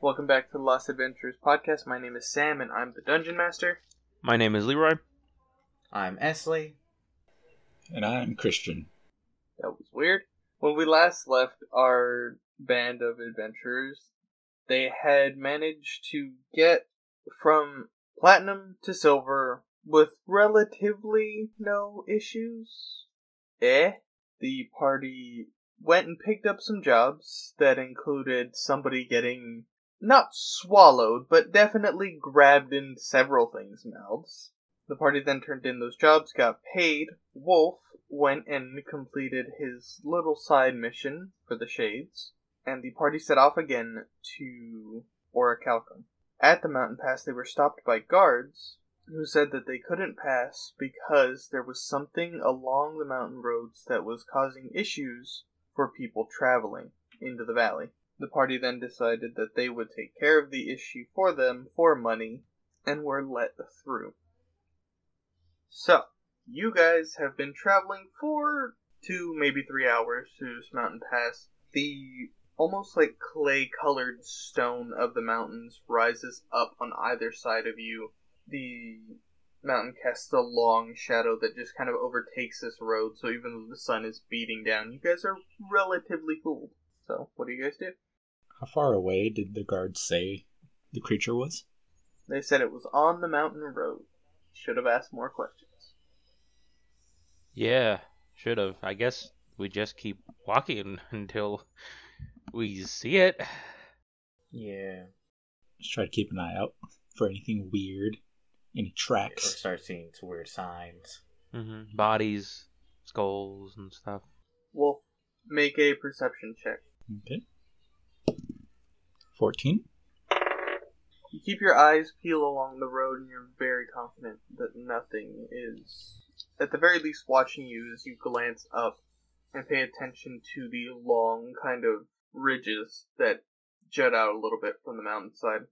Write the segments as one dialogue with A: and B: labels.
A: Welcome back to the Lost Adventures podcast. My name is Sam, and I'm the Dungeon Master.
B: My name is Leroy.
C: I'm Esley.
D: And I'm Christian.
A: That was weird. When we last left our band of adventurers, they had managed to get from platinum to silver with relatively no issues. Eh? The party went and picked up some jobs that included somebody getting not swallowed, but definitely grabbed in several things' mouths. The party then turned in those jobs, got paid. Wolf went and completed his little side mission for the Shades, and the party set off again to Orichalcum. At the mountain pass, they were stopped by guards who said that they couldn't pass because there was something along the mountain roads that was causing issues for people traveling into the valley. The party then decided that they would take care of the issue for them for money and were let through. So, you guys have been traveling for two, maybe three hours through this mountain pass. The almost like clay colored stone of the mountains rises up on either side of you. The mountain casts a long shadow that just kind of overtakes this road, so even though the sun is beating down, you guys are relatively cooled. So, what do you guys do?
D: How far away did the guard say the creature was?
A: They said it was on the mountain road. Should have asked more questions.
B: Yeah, should have. I guess we just keep walking until we see it.
C: Yeah.
D: Just try to keep an eye out for anything weird, any
C: Or
D: tracks.
C: start seeing some weird signs.
B: Mm-hmm. Bodies, skulls, and stuff.
A: Wolf, make a perception check.
D: Okay. 14?
A: You keep your eyes peeled along the road, and you're very confident that nothing is, at the very least, watching you as you glance up and pay attention to the long kind of ridges that jut out a little bit from the mountainside.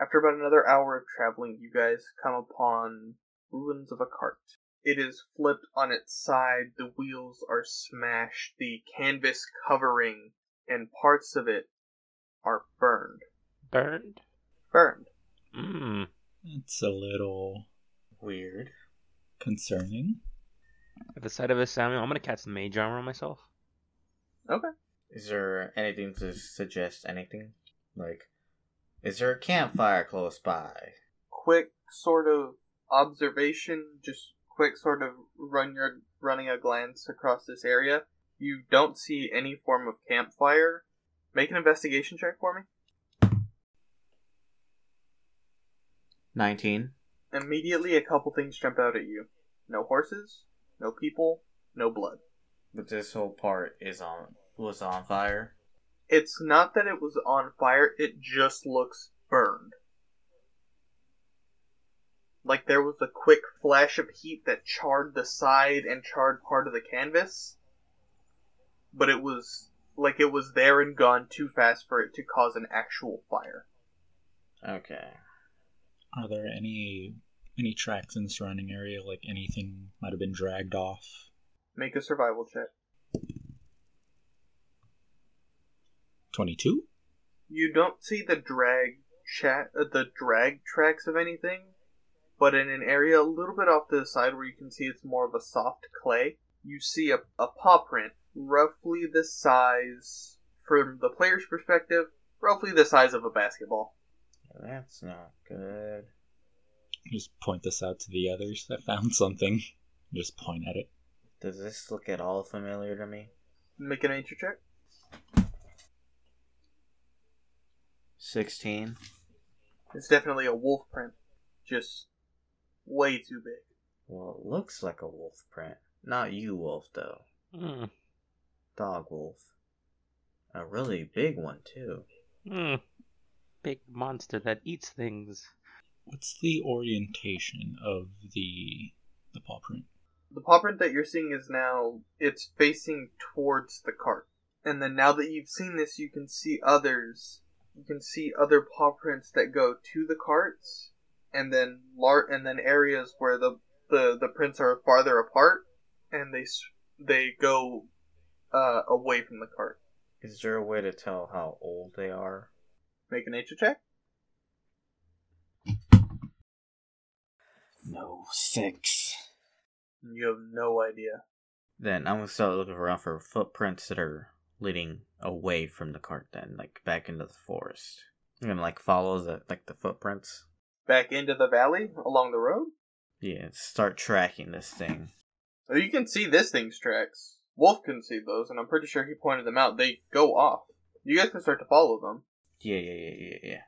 A: After about another hour of traveling, you guys come upon ruins of a cart. It is flipped on its side, the wheels are smashed, the canvas covering and parts of it are burned.
B: Burned?
A: Burned.
B: Mm.
D: That's a little
C: Weird.
D: concerning.
B: At the sight of this, Samuel, I'm gonna cast Mage Armor on myself.
C: Is there anything to suggest anything? Like, is there a campfire close by?
A: quick sort of observation, just quick sort of run your running a glance across this area. You don't see any form of campfire. Make an investigation check for me.
C: 19.
A: Immediately, a couple things jump out at you. No horses, no people, no blood.
C: But this whole part is on was on fire.
A: It's not that it was on fire, it just looks burned. Like there was a quick flash of heat that charred the side and charred part of the canvas. But it was like it was there and gone too fast for it to cause an actual fire.
C: Okay.
D: Are there any any tracks in the surrounding area, like anything might have been dragged off?
A: Make a survival check.
D: 22?
A: You don't see the drag chat uh, the drag tracks of anything, but in an area a little bit off to the side where you can see it's more of a soft clay, you see a, a paw print roughly the size from the player's perspective, roughly the size of a basketball.
C: That's not good.
D: Just point this out to the others. I found something. Just point at it.
C: Does this look at all familiar to me?
A: Make an nature check.
C: 16.
A: It's definitely a wolf print, just way too big.
C: Well, it looks like a wolf print. Not you, wolf, though.
B: Mm.
C: Dog wolf. A really big one, too.
B: Mm. Big monster that eats things.
D: What's the orientation of the the paw print?
A: The paw print that you're seeing is now it's facing towards the cart. And then now that you've seen this, you can see others. You can see other paw prints that go to the carts, and then lar- and then areas where the, the the prints are farther apart, and they s- they go uh, away from the cart.
C: Is there a way to tell how old they are?
A: Make a nature check.
E: No, six.
A: You have no idea.
C: Then I'm gonna start looking around for footprints that are leading away from the cart. Then, like back into the forest. I'm gonna like follow the like the footprints.
A: Back into the valley along the road.
C: Yeah, start tracking this thing.
A: Oh, you can see this thing's tracks. Wolf can see those, and I'm pretty sure he pointed them out. They go off. You guys can start to follow them.
C: Yeah, yeah, yeah, yeah, yeah.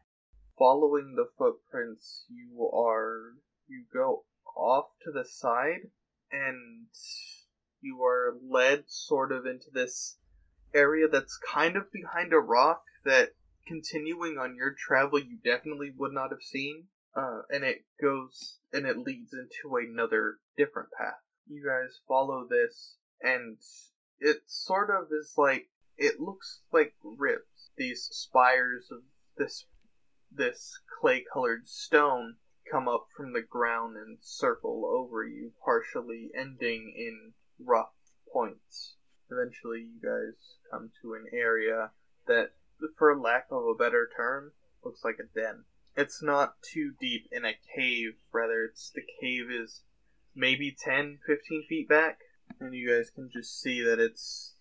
A: Following the footprints, you are. You go off to the side, and you are led sort of into this area that's kind of behind a rock that, continuing on your travel, you definitely would not have seen. Uh, and it goes and it leads into another different path you guys follow this and it sort of is like it looks like ribs these spires of this this clay colored stone come up from the ground and circle over you partially ending in rough points eventually you guys come to an area that for lack of a better term looks like a den it's not too deep in a cave rather it's the cave is maybe 10 15 feet back and you guys can just see that it's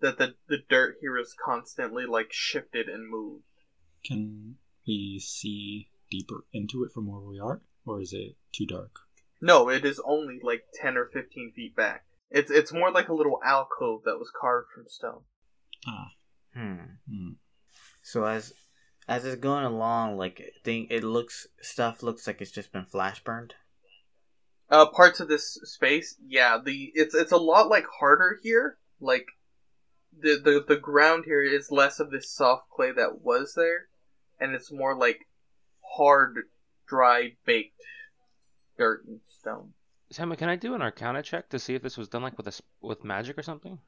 A: that the, the dirt here is constantly like shifted and moved
D: Can we see deeper into it from where we are, or is it too dark?
A: no it is only like 10 or 15 feet back it's it's more like a little alcove that was carved from stone
D: Ah,
C: Hmm.
D: hmm.
C: So as as it's going along, like thing, it looks stuff looks like it's just been flash burned.
A: uh parts of this space yeah the it's it's a lot like harder here like the the, the ground here is less of this soft clay that was there and it's more like hard dry baked dirt and stone
B: Sam, can I do an Arcana check to see if this was done like with a s with magic or something?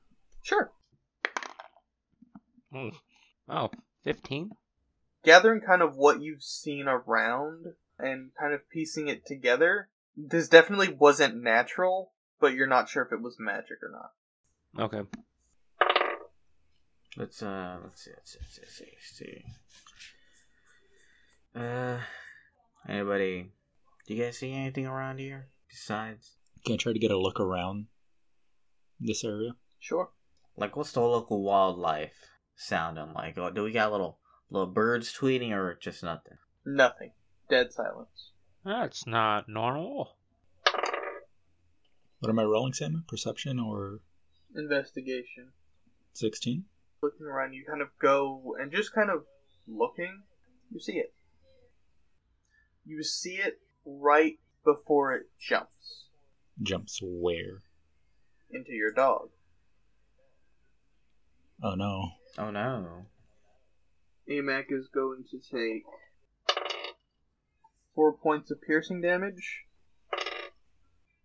A: sure
B: Hmm. Oh, 15?
A: gathering kind of what you've seen around and kind of piecing it together this definitely wasn't natural but you're not sure if it was magic or not
B: Okay.
C: Let's uh, let's see, let's see, let's see, let's see. Uh, anybody? Do you guys see anything around here besides?
D: Can I try to get a look around this area?
A: sure
C: Like, what's the local wildlife sounding like? Oh, do we got little little birds tweeting or just nothing?
A: nothing dead silence
B: That's not normal.
D: What am I rolling, Sam? Perception or
A: investigation
D: 16?
A: looking around, you kind of go and just kind of looking, you see it. You see it right before it jumps
D: Jumps where?
A: into your dog.
D: Oh no.
C: Oh no!
A: Amac is going to take four points of piercing damage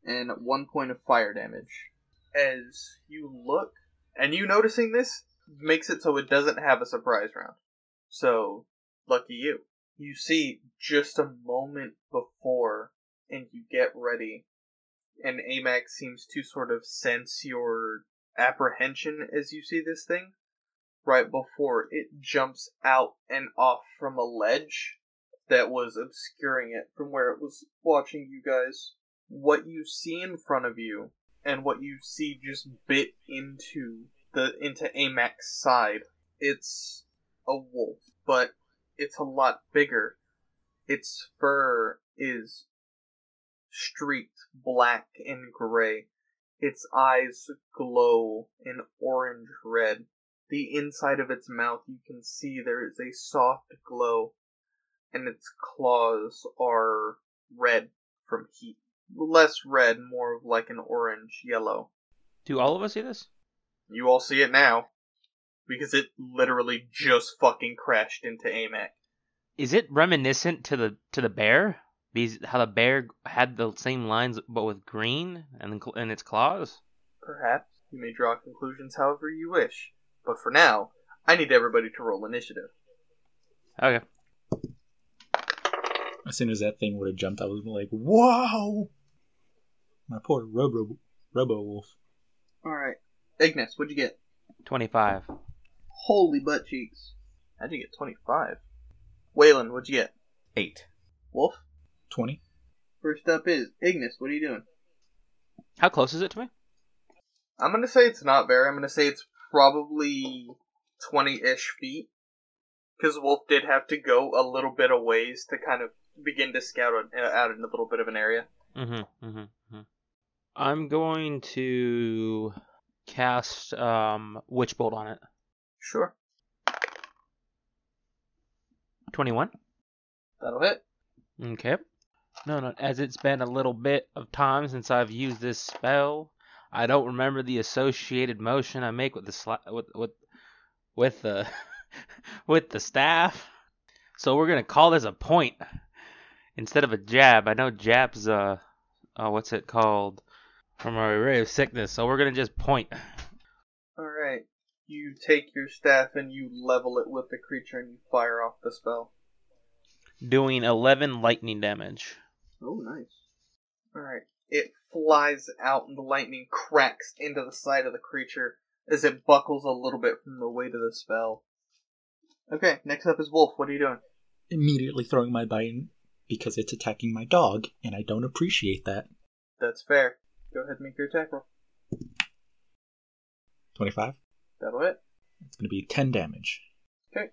A: and one point of fire damage. As you look, and you noticing this makes it so it doesn't have a surprise round. So, lucky you. You see just a moment before, and you get ready, and Amac seems to sort of sense your apprehension as you see this thing right before it jumps out and off from a ledge that was obscuring it from where it was watching you guys. What you see in front of you and what you see just bit into the into Amac's side. It's a wolf, but it's a lot bigger. Its fur is streaked black and gray. Its eyes glow an orange red the inside of its mouth, you can see there is a soft glow, and its claws are red from heat. Less red, more of like an orange yellow.
B: Do all of us see this?
A: You all see it now, because it literally just fucking crashed into Amac.
B: Is it reminiscent to the to the bear? Because how the bear had the same lines but with green and cl- and its claws?
A: Perhaps you may draw conclusions however you wish, but for now, I need everybody to roll initiative.
B: Okay.
D: As soon as that thing would have jumped, I would have been like, whoa! My poor Robo, Robo Wolf.
A: Alright. Ignis, what'd you get?
B: 25.
A: Holy butt cheeks. How'd you get 25? Waylon, what'd you get?
C: Eight.
A: Wolf?
D: 20?
A: First up is Ignis, what are you doing?
B: How close is it to me?
A: I'm gonna say it's not very. I'm gonna say it's probably 20 ish feet. Because Wolf did have to go a little bit of ways to kind of begin to scout on, uh, out in a little bit of an area.
B: Mm-hmm, mm-hmm, hmm I'm going to cast um, Witch Bolt on it.
A: Sure.
B: 21.
A: That'll hit.
B: Okay. No, no. As it's been a little bit of time since I've used this spell, I don't remember the associated motion I make with the sli- with with with the with the staff. So we're gonna call this a point instead of a jab. I know jabs uh, uh what's it called from our ray of sickness. So we're gonna just point.
A: Alright. You take your staff and you level it with the creature and you fire off the spell.
B: doing 11 lightning damage.
A: Oh, nice. Alright. It flies out and the lightning cracks into the side of the creature as it buckles a little bit from the weight of the spell. Okay, next up is Wolf. What are you doing?
D: Immediately throwing my bite because it's attacking my dog, and I don't appreciate that.
A: That's fair. Go ahead and make your attack roll.
D: 25?
A: That'll hit.
D: It's going to be 10 damage.
A: Okay.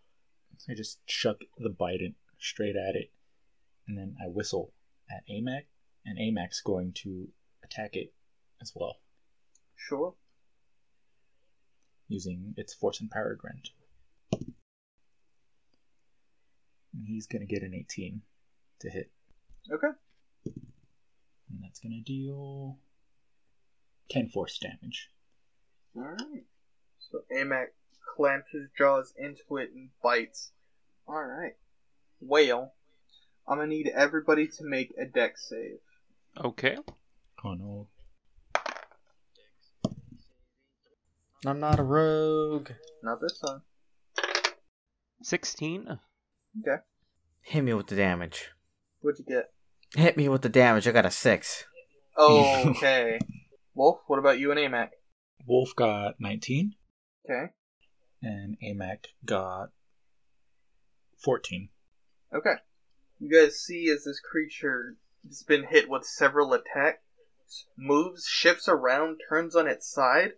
D: So I just chuck the bite in straight at it, and then I whistle at AMAC, and AMAC's going to attack it as well
A: Sure.
D: using its force and power grant. And he's going to get an 18 to hit.
A: Okay.
D: And that's going to deal 10 force damage.
A: Alright. So Amac clamps his jaws into it and bites. Alright. Whale. I'm gonna need everybody to make a deck save.
B: Okay.
D: Oh no.
C: I'm not a rogue.
A: Not this time.
B: 16.
A: Okay.
C: Hit me with the damage.
A: What'd you get?
C: Hit me with the damage. I got a six.
A: Oh, Okay. Wolf, what about you and Amac?
D: Wolf got 19,
A: Okay.
D: and AMAC got 14.
A: Okay. You guys see as this creature has been hit with several attacks, moves, shifts around, turns on its side.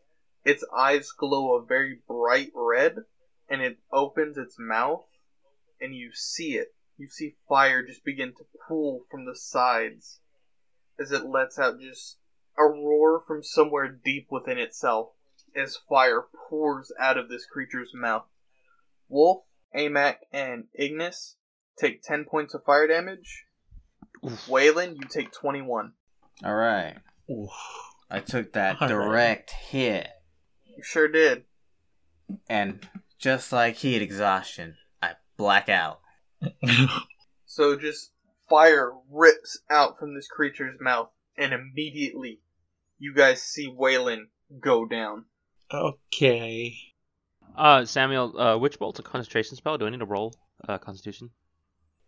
A: Its eyes glow a very bright red, and it opens its mouth, and you see it. You see fire just begin to pool from the sides as it lets out just a roar from somewhere deep within itself as fire pours out of this creature's mouth. Wolf, Amac, and Ignis take 10 points of fire damage.
B: Oof.
A: Waylon, you take 21.
C: All right.
D: Oof.
C: I took that
D: All right.
C: direct hit,
A: You sure did.
C: and just like heat exhaustion, I black out.
A: So just fire rips out from this creature's mouth, and immediately you guys see Waylon go down.
D: okay.
B: Uh, Samuel, uh, Witch Bolt's a concentration spell. Do I need to roll uh, Constitution?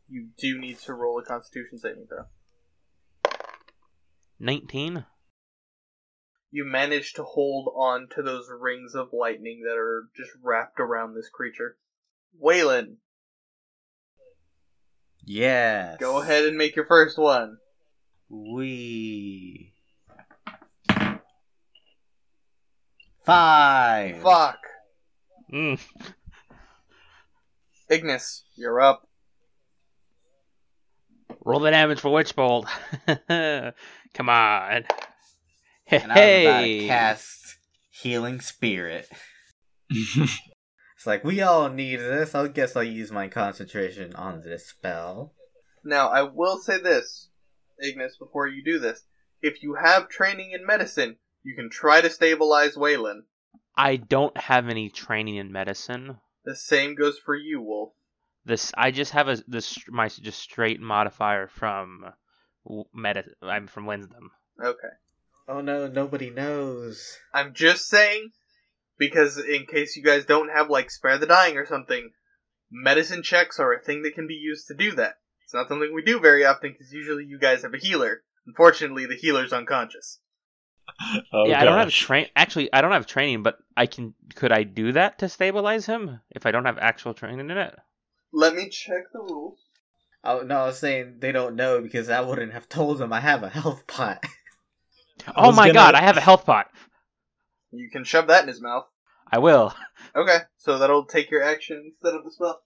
A: You do need to roll a constitution saving throw.
B: 19.
A: You manage to hold on to those rings of lightning that are just wrapped around this creature. Waylon,
C: Yes.
A: go ahead and make your first one.
C: We. Five.
A: Fuck.
D: Hmm.
B: Mm.
A: Ignis, you're up.
B: Roll the damage for Witch Bolt. Come on.
C: And I was about
B: Hey.
C: to cast Healing Spirit. It's like, we all need this. I guess I'll use my concentration on this spell.
A: Now, I will say this, Ignis, before you do this. If you have training in medicine, you can try to stabilize Waylon.
B: I don't have any training in medicine.
A: The same goes for you, Wolf.
B: This I just have a this my just straight modifier from w- medi- I'm from wisdom.
A: Okay.
C: Oh no, nobody knows.
A: I'm just saying, because in case you guys don't have, like, spare the dying or something, medicine checks are a thing that can be used to do that. It's not something we do very often because usually you guys have a healer. Unfortunately, the healer's unconscious.
D: Oh,
B: yeah, I don't have
D: gosh.
B: train. Actually, I don't have training, but I can. Could I do that to stabilize him if I don't have actual training in it?
A: Let me check the rules.
C: Oh no, I was saying they don't know because I wouldn't have told them I have a health pot.
B: Oh
D: was
B: my
D: gonna-
B: god, I have a health pot.
A: You can shove that in his mouth.
B: I will.
A: Okay, so that'll take your action instead of the spell.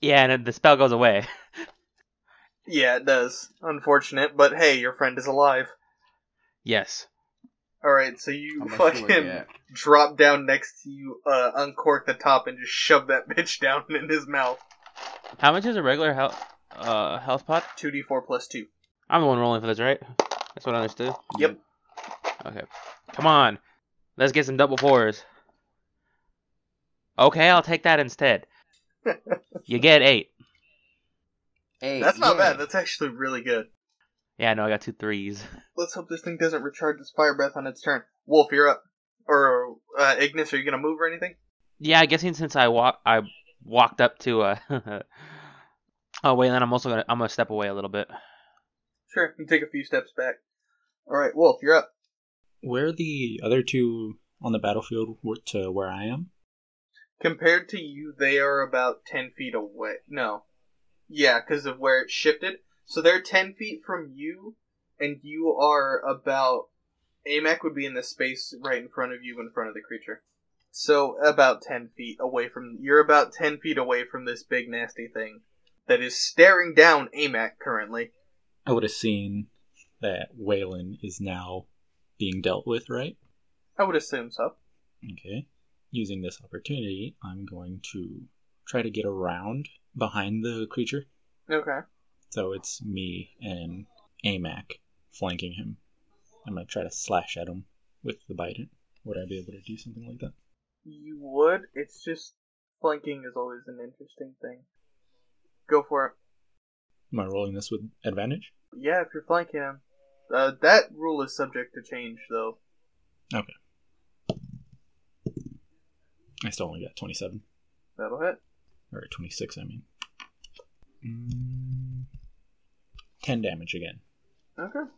B: Yeah, and the spell goes away.
A: Yeah, it does. Unfortunate, but hey, your friend is alive.
B: Yes.
A: Alright, so you
C: I'm not sure
A: fucking
C: yet.
A: drop down next to you, uh, uncork the top, and just shove that bitch down in his mouth.
B: How much is a regular health uh health pot?
A: 2d4 plus 2.
B: I'm the one rolling for this, right? That's what I understood.
A: Yep.
B: Okay. Come on. Let's get some double fours. Okay, I'll take that instead. you get eight.
C: Hey,
A: That's not
C: yeah.
A: bad, that's actually really good.
B: Yeah, no, I got two threes.
A: Let's hope this thing doesn't recharge its fire breath on its turn. Wolf, you're up. Or, uh, Ignis, are you gonna move or anything?
B: Yeah, I guessing since I walk, I walked up to uh oh wait, then I'm also gonna I'm gonna step away a little bit.
A: Sure, you take a few steps back. Alright, Wolf, you're up.
D: Where are the other two on the battlefield were- to where I am?
A: Compared to you, they are about 10 feet away. No. Yeah, because of where it shifted. So they're 10 feet from you, and you are about. AMAC would be in the space right in front of you, in front of the creature. So about 10 feet away from. You're about 10 feet away from this big nasty thing that is staring down AMAC currently.
D: I would have seen that Waylon is now being dealt with, right?
A: I would assume so.
D: Okay. Using this opportunity, I'm going to try to get around behind the creature.
A: Okay.
D: So it's me and Amac flanking him. I might try to slash at him with the Biden. Would I be able to do something like that?
A: You would. It's just. Flanking is always an interesting thing. Go for it.
D: Am I rolling this with advantage?
A: Yeah, if you're flanking him. Uh, that rule is subject to change, though.
D: I still only got 27.
A: That'll hit.
D: Or 26, I mean. Mm, 10 damage again.
A: Okay.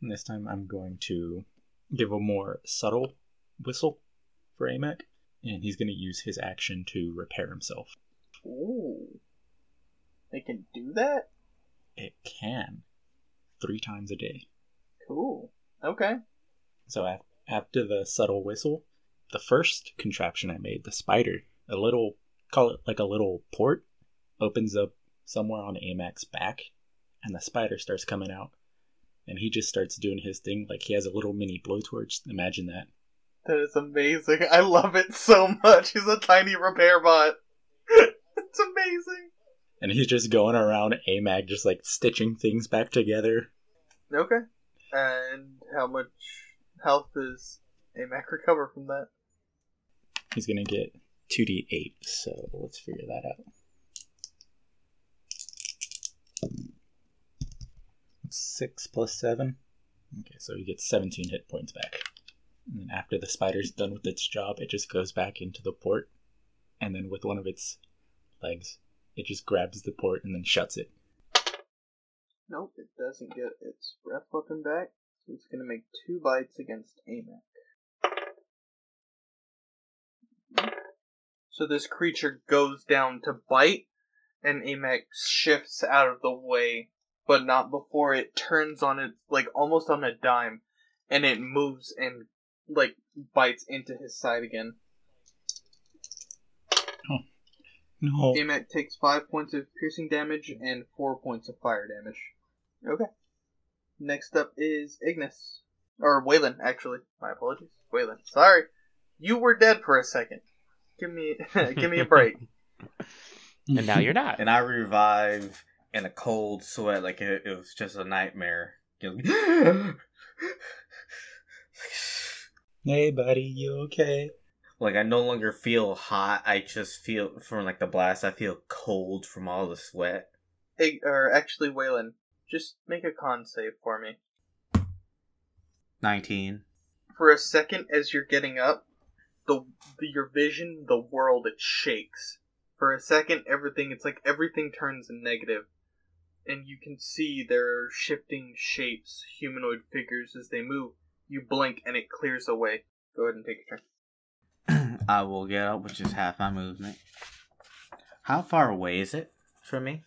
D: And this time I'm going to give a more subtle whistle for Amac. And he's going to use his action to repair himself.
A: Ooh. They can do that?
D: It can. Three times a day.
A: Cool. Okay.
D: So af- after the subtle whistle, the first contraption I made, the spider, a little, call it like a little port, opens up somewhere on Amac's back, and the spider starts coming out. And he just starts doing his thing, like he has a little mini blowtorch. Imagine that.
A: That is amazing. I love it so much. He's a tiny repair bot. it's amazing.
D: And he's just going around Amac, just like stitching things back together.
A: Okay. And how much health does AMAC recover from that?
D: He's gonna get 2d8, so let's figure that out. Six plus seven. Okay, so he gets 17 hit points back. And then after the spider's done with its job, it just goes back into the port. And then with one of its legs, it just grabs the port and then shuts it.
A: Nope, it doesn't get its breath weapon back. So it's gonna make two bites against Amac. So this creature goes down to bite, and Amac shifts out of the way, but not before it turns on its like almost on a dime, and it moves and like bites into his side again.
D: No.
A: Amac takes five points of piercing damage and four points of fire damage. Okay. Next up is Ignis. Or Waylon, actually. My apologies. Waylon. Sorry. You were dead for a second. Give me give me a break.
B: And now you're not.
C: And I revive in a cold sweat, like it, it was just a nightmare. You know,
D: Hey, buddy, you okay?
C: like I no longer feel hot. I just feel from like the blast. I feel cold from all the sweat.
A: Ig- or actually Waylon, just make a con save for me.
C: Nineteen.
A: For a second as you're getting up, the, the your vision, the world it shakes. For a second everything it's like everything turns negative. and you can see there are shifting shapes, humanoid figures as they move, You blink and it clears away. Go ahead and take a turn.
C: I will get up, which is half my movement. How far away is it from me?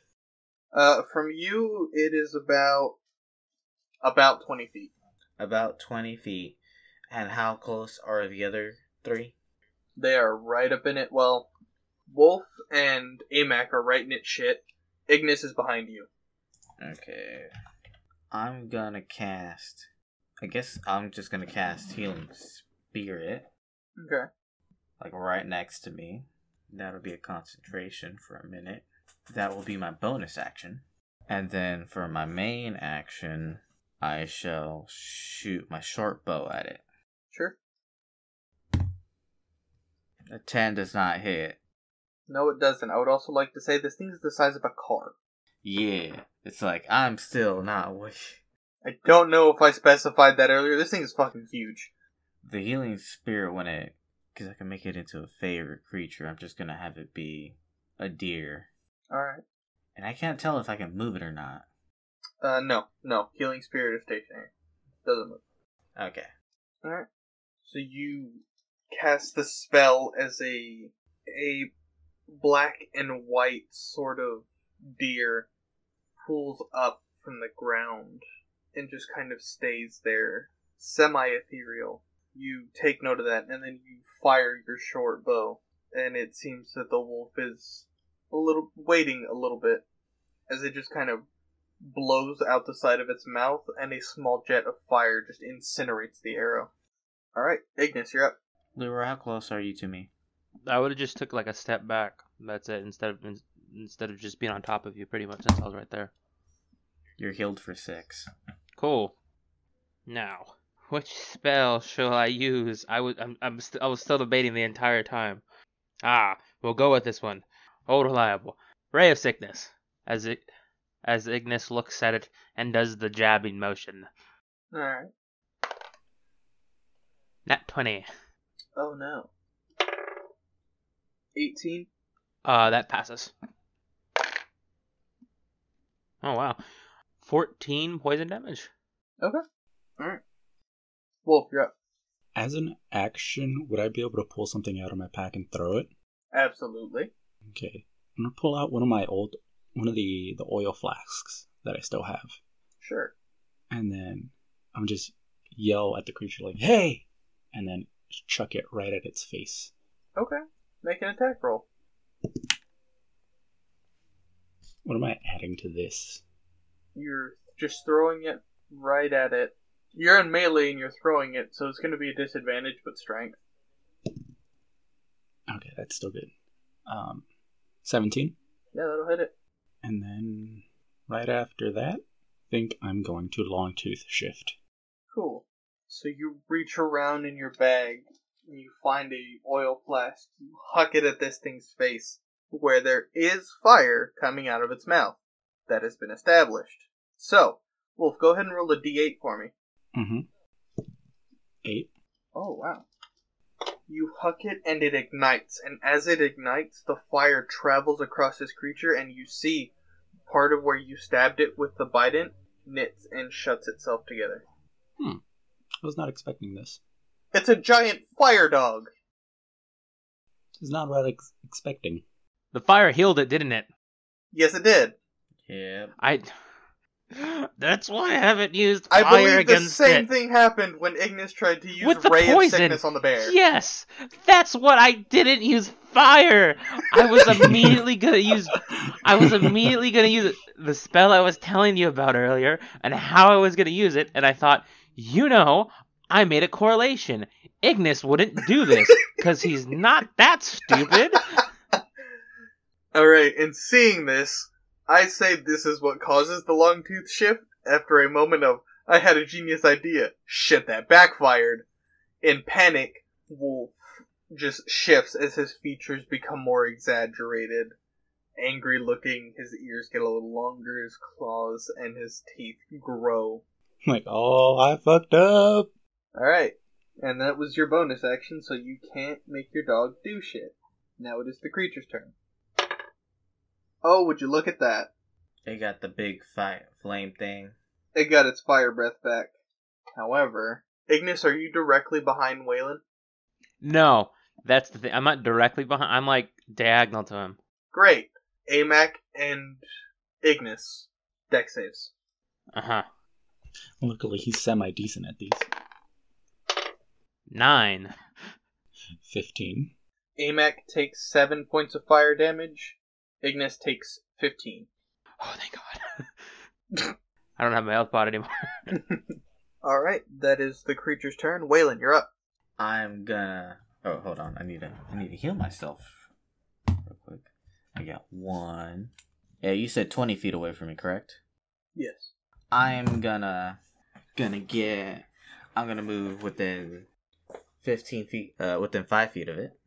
A: Uh, from you, it is about about twenty feet.
C: About 20 feet. And how close are the other three?
A: They are right up in it. Well, Wolf and Amac are right in its shit. Ignis is behind you.
C: Okay. I'm gonna cast. I guess I'm just gonna cast Healing Spirit,
A: Okay.
C: like right next to me. That'll be a concentration for a minute. That will be my bonus action. And then for my main action, I shall shoot my short bow at it.
A: Sure.
C: A 10 does not hit.
A: No, it doesn't. I would also like to say this thing is the size of a car.
C: Yeah. It's like, I'm still not with.
A: I don't know if I specified that earlier. This thing is fucking huge.
C: the healing spirit when it because i can make it into a favorite creature i'm just gonna have it be a deer
A: All right.
C: and i can't tell if i can move it or not
A: Uh, no, no. Healing spirit is stationary. Doesn't move.
C: okay
A: All right. So you cast the spell as a a black and white sort of deer pulls up from the ground and just kind of stays there, semi ethereal. You take note of that, and then you fire your short bow, and it seems that the wolf is a little waiting a little bit as it just kind of blows out the side of its mouth, and a small jet of fire just incinerates the arrow. All right, Ignis, you're up.
C: Lura, how close are you to me
B: I would have just took like a step back. That's it. Instead of in, instead of just being on top of you, pretty much since I was right there.
C: you're healed for six
B: Cool. Now, which spell shall I use? I was I'm, I'm st- I was still debating the entire time. Ah, we'll go with this one. Old reliable ray of sickness. As it as Ignis looks at it and does the jabbing motion.
A: All right.
B: Nat twenty.
A: Oh no. 18.
B: Uh, that passes. Oh wow, fourteen poison damage.
A: Wolf, you're up.
D: As an action, would I be able to pull something out of my pack and throw it?
A: Absolutely.
D: Okay. I'm gonna pull out one of my old one of the the oil flasks that I still have.
A: Sure.
D: And then I'm just yell at the creature like, hey and then chuck it right at its face.
A: Okay. Make an attack roll.
D: What am I adding to this?
A: You're just throwing it right at it. You're in melee and you're throwing it, so it's going to be a disadvantage, but strength.
D: Okay, that's still good. Um seventeen.
A: Yeah, that'll hit it.
D: And then right after that, I think I'm going to long tooth shift.
A: Cool. So you reach around in your bag and you find a oil flask. You huck it at this thing's face, where there is fire coming out of its mouth. That has been established. So, Wolf, go ahead and roll a d8 for me.
D: Mm-hmm. Eight.
A: Oh, wow. You huck it and it ignites, and as it ignites, the fire travels across this creature, and you see part of where you stabbed it with the bident knits and shuts itself together.
D: I was not expecting this.
A: It's a giant fire dog!
D: This is not what I was expecting.
B: The fire healed it, didn't it?
A: Yes, it did.
C: yeah
B: I. That's why I haven't used
A: I
B: fire
A: believe the
B: against
A: same
B: it.
A: thing happened when Ignis tried to use
B: With the
A: Ray
B: poison.
A: of Sickness on the bear.
B: Yes, that's what I didn't use fire. I was immediately gonna use. I was immediately gonna use the spell I was telling you about earlier and how I was gonna use it, and I thought, you know, I made a correlation. Ignis wouldn't do this because he's not that stupid.
A: Alright, and seeing this, I say this is what causes the long tooth shift after a moment of, I had a genius idea. Shit, that backfired. In panic, Wolf just shifts as his features become more exaggerated. Angry looking, his ears get a little longer, his claws and his teeth grow.
D: Like, oh, I fucked up.
A: Alright, and that was your bonus action, so you can't make your dog do shit. Now it is the creature's turn. Oh, would you look at that?
C: they got the big fi- flame thing
A: It got its fire breath back. However, Ignis, are you directly behind Waylon?
B: No, that's the thing. I'm not directly behind. I'm like diagonal to him.
A: Great. Amac and Ignis. Deck saves.
B: Uh huh.
D: Luckily, he's semi decent at these.
B: Nine.
D: 15.
A: Amac takes 7 points of fire damage. Ignis takes 15.
B: Oh, thank God. I don't have my health pot anymore.
A: Alright, that is the creature's turn. Waylon, you're up.
C: I'm gonna. Oh, hold on. I need to. I need to heal myself real quick. I got one. Yeah, you said twenty feet away from me, correct?
A: Yes.
C: I'm gonna gonna get I'm gonna move within fifteen feet uh within five feet of it.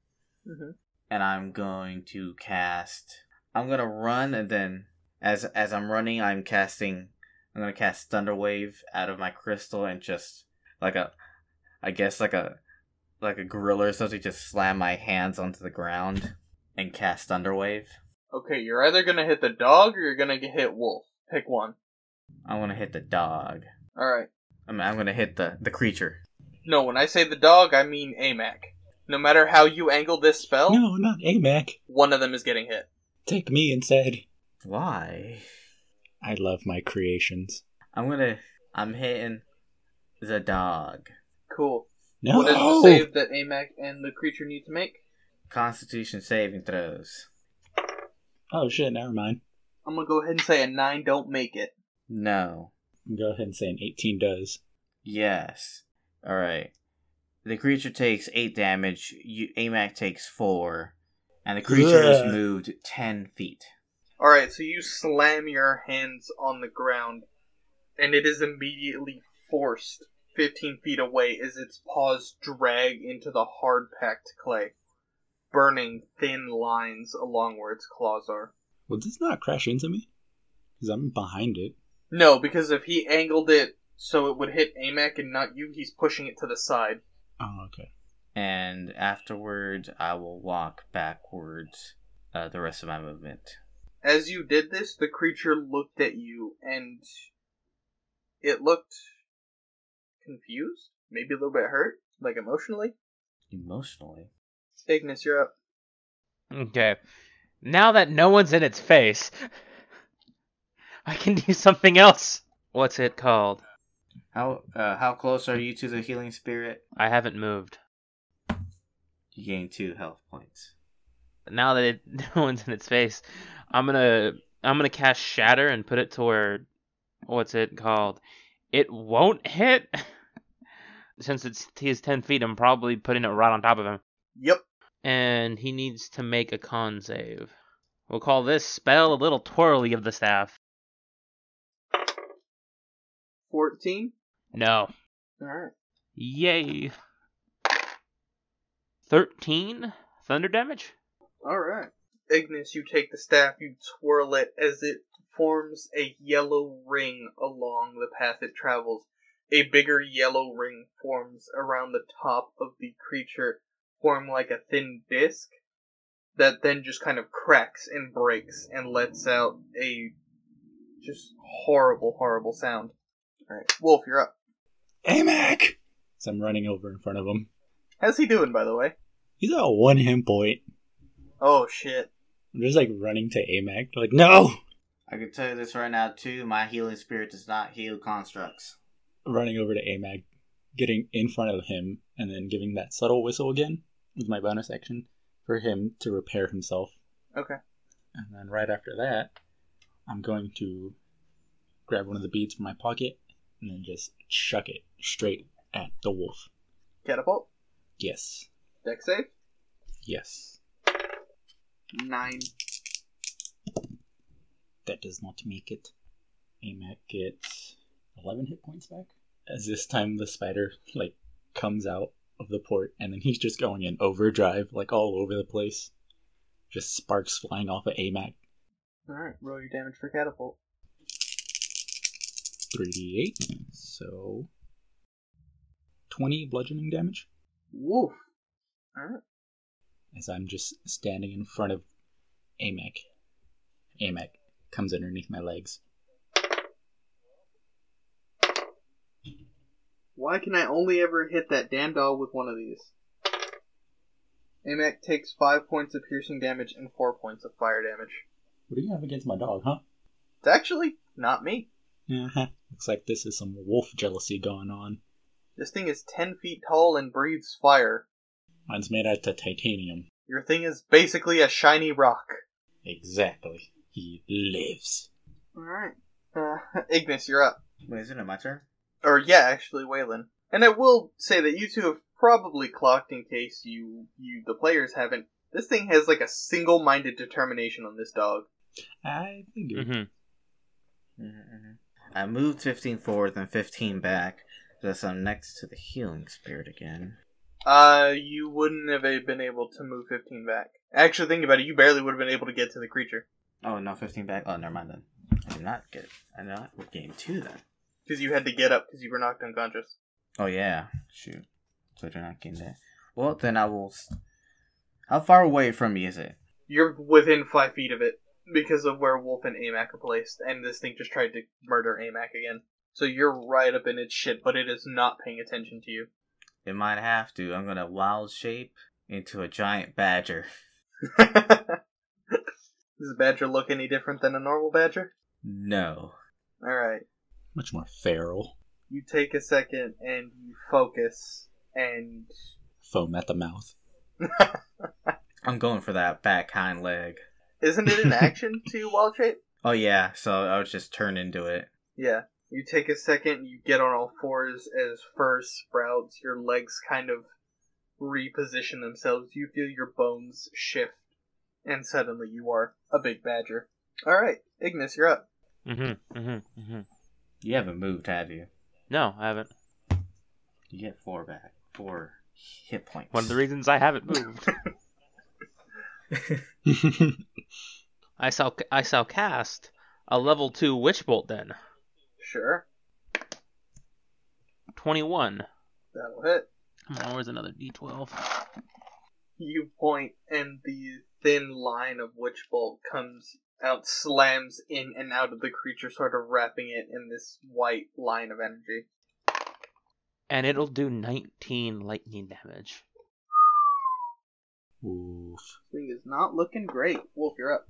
A: Mhm.
C: And I'm going to cast I'm gonna run and then as as I'm running I'm casting I'm gonna cast Thunder Wave out of my crystal and just like a I guess like a like a gorilla or something, just slam my hands onto the ground and cast Thunder Wave.
A: Okay, you're either gonna hit the dog or you're gonna get hit wolf. Pick one.
C: I'm gonna hit the dog.
A: Alright.
C: I mean, I'm gonna hit the the creature.
A: No, when I say the dog, I mean Amac. No matter how you angle this spell,
D: No, not AMAC.
A: one of them is getting hit.
D: Take me instead.
C: Why?
D: I love my creations.
C: I'm gonna. I'm hitting the dog.
A: Cool.
D: No! Oh!
A: What is the save that Amac and the creature need to make?
C: Constitution saving throws.
D: Oh shit, never mind.
A: I'm gonna go ahead and say a 9 don't make it.
C: No.
D: Go ahead and say an 18 does.
C: Yes. All right. The creature takes eight damage. You, Amac takes four, and the creature is
D: Ugh.
C: moved ten feet.
A: Alright, so you slam your hands on the ground, and it is immediately forced 15 feet away as its paws drag into the hard packed clay, burning thin lines along where its claws are.
D: Would this not crash into me? Because I'm behind it.
A: No, because if he angled it so it would hit Amac and not you, he's pushing it to the side.
D: Oh, okay.
C: And afterward, I will walk backwards. Uh, the rest of my movement.
A: As you did this, the creature looked at you and it looked confused, maybe a little bit hurt, like emotionally.
C: Emotionally.
A: Ignis, you're up.
B: Okay. Now that no one's in its face, I can do something else. What's it called?
C: How uh, how close are you to the healing spirit?
B: I haven't moved.
C: You gain two health points.
B: now that it, no one's in its face, I'm gonna I'm gonna cast Shatter and put it toward what's it called? It won't hit since it's he is ten feet. I'm probably putting it right on top of him,
A: Yep.
B: and he needs to make a con save. We'll call this spell a little twirly of the staff.
A: 14.
B: No,
A: Alright.
B: yay. Thirteen thunder damage.
A: Alright. Ignis, you take the staff, you twirl it as it forms a yellow ring along the path it travels. A bigger yellow ring forms around the top of the creature, form like a thin disc that then just kind of cracks and breaks and lets out a just horrible, horrible sound. Alright. Wolf, you're up.
D: AMAC! So I'm running over in front of him.
A: How's he doing, by the way?
D: He's at one hit point.
A: Oh, shit.
D: I'm just like running to AMAC. Like, no!
C: I can tell you this right now too. My healing spirit does not heal constructs.
D: Running over to AMAC, getting in front of him, and then giving that subtle whistle again with my bonus action for him to repair himself.
A: Okay.
D: And then right after that, I'm going to grab one of the beads from my pocket and then just chuck it straight at the wolf.
A: Catapult.
D: Yes.
A: Deck save.
D: Yes.
A: Nine.
D: That does not make it. AMAC gets 11 hit points back. As this time the spider, like, comes out of the port, and then he's just going in overdrive, like, all over the place. Just sparks flying off of AMAC.
A: Alright, roll your damage for catapult.
D: 3d8. So. 20 bludgeoning damage.
A: Woof. Alright.
D: As I'm just standing in front of AMAC. AMAC comes underneath my legs.
A: Why can I only ever hit that damn doll with one of these? Amak takes 5 points of piercing damage and 4 points of fire damage.
D: What do you have against my dog, huh?
A: It's actually not me.
D: Uh-huh. Looks like this is some wolf jealousy going on.
A: This thing is 10 feet tall and breathes fire.
D: Mine's made out of titanium.
A: Your thing is basically a shiny rock.
D: Exactly. He lives.
A: Alright. Uh, Ignis, you're up.
C: Wait, isn't it my turn?
A: Or, yeah, actually, Waylon. And I will say that you two have probably clocked in case you, you the players haven't. This thing has like a single minded determination on this dog.
D: I think it-
B: Mm-hmm.
C: Mm-hmm. I moved 15 forward and 15 back, thus I'm next to the healing spirit again.
A: Uh, you wouldn't have been able to move 15 back. Actually, thinking about it, you barely would have been able to get to the creature.
C: Oh, no, 15 back. Oh, never mind then. I did not get it. I did not with game two then.
A: Because you had to get up because you were knocked unconscious.
C: Oh, yeah. Shoot. So I did not gain that. Well, then I will. s- How far away from me is it?
A: You're within five feet of it because of where Wolf and Amac are placed, and this thing just tried to murder Amac again. So you're right up in its shit, but it is not paying attention to you.
C: It might have to. I'm gonna wild shape into a giant badger.
A: Does a badger look any different than a normal badger?
C: No.
A: Alright.
D: much more feral.
A: You take a second and you focus, and
D: Foam at the mouth.
C: I'm going for that back hind leg.
A: isn't it an action to wild shape?
C: Oh, yeah, so I was just turned into it.
A: Yeah. You take a second, you get on all fours as fur sprouts, your legs kind of reposition themselves, you feel your bones shift, and suddenly you are a big badger. Alright, Ignis, you're up.
B: Mm-hmm. Mm-hmm. Mm-hmm.
C: You haven't moved, have you?
B: No, I haven't.
C: You get four back. Four hit points.
B: One of the reasons I haven't moved. I shall I shall cast a level two witch bolt then.
A: Sure.
B: Twenty one.
A: That'll hit.
B: Come on, where's another D twelve?
A: You point and the thin line of witch bolt comes out, slams in and out of the creature, sort of wrapping it in this white line of energy.
B: And it'll do nineteen lightning damage.
D: Oof.
A: This thing is not looking great. Wolf, you're up.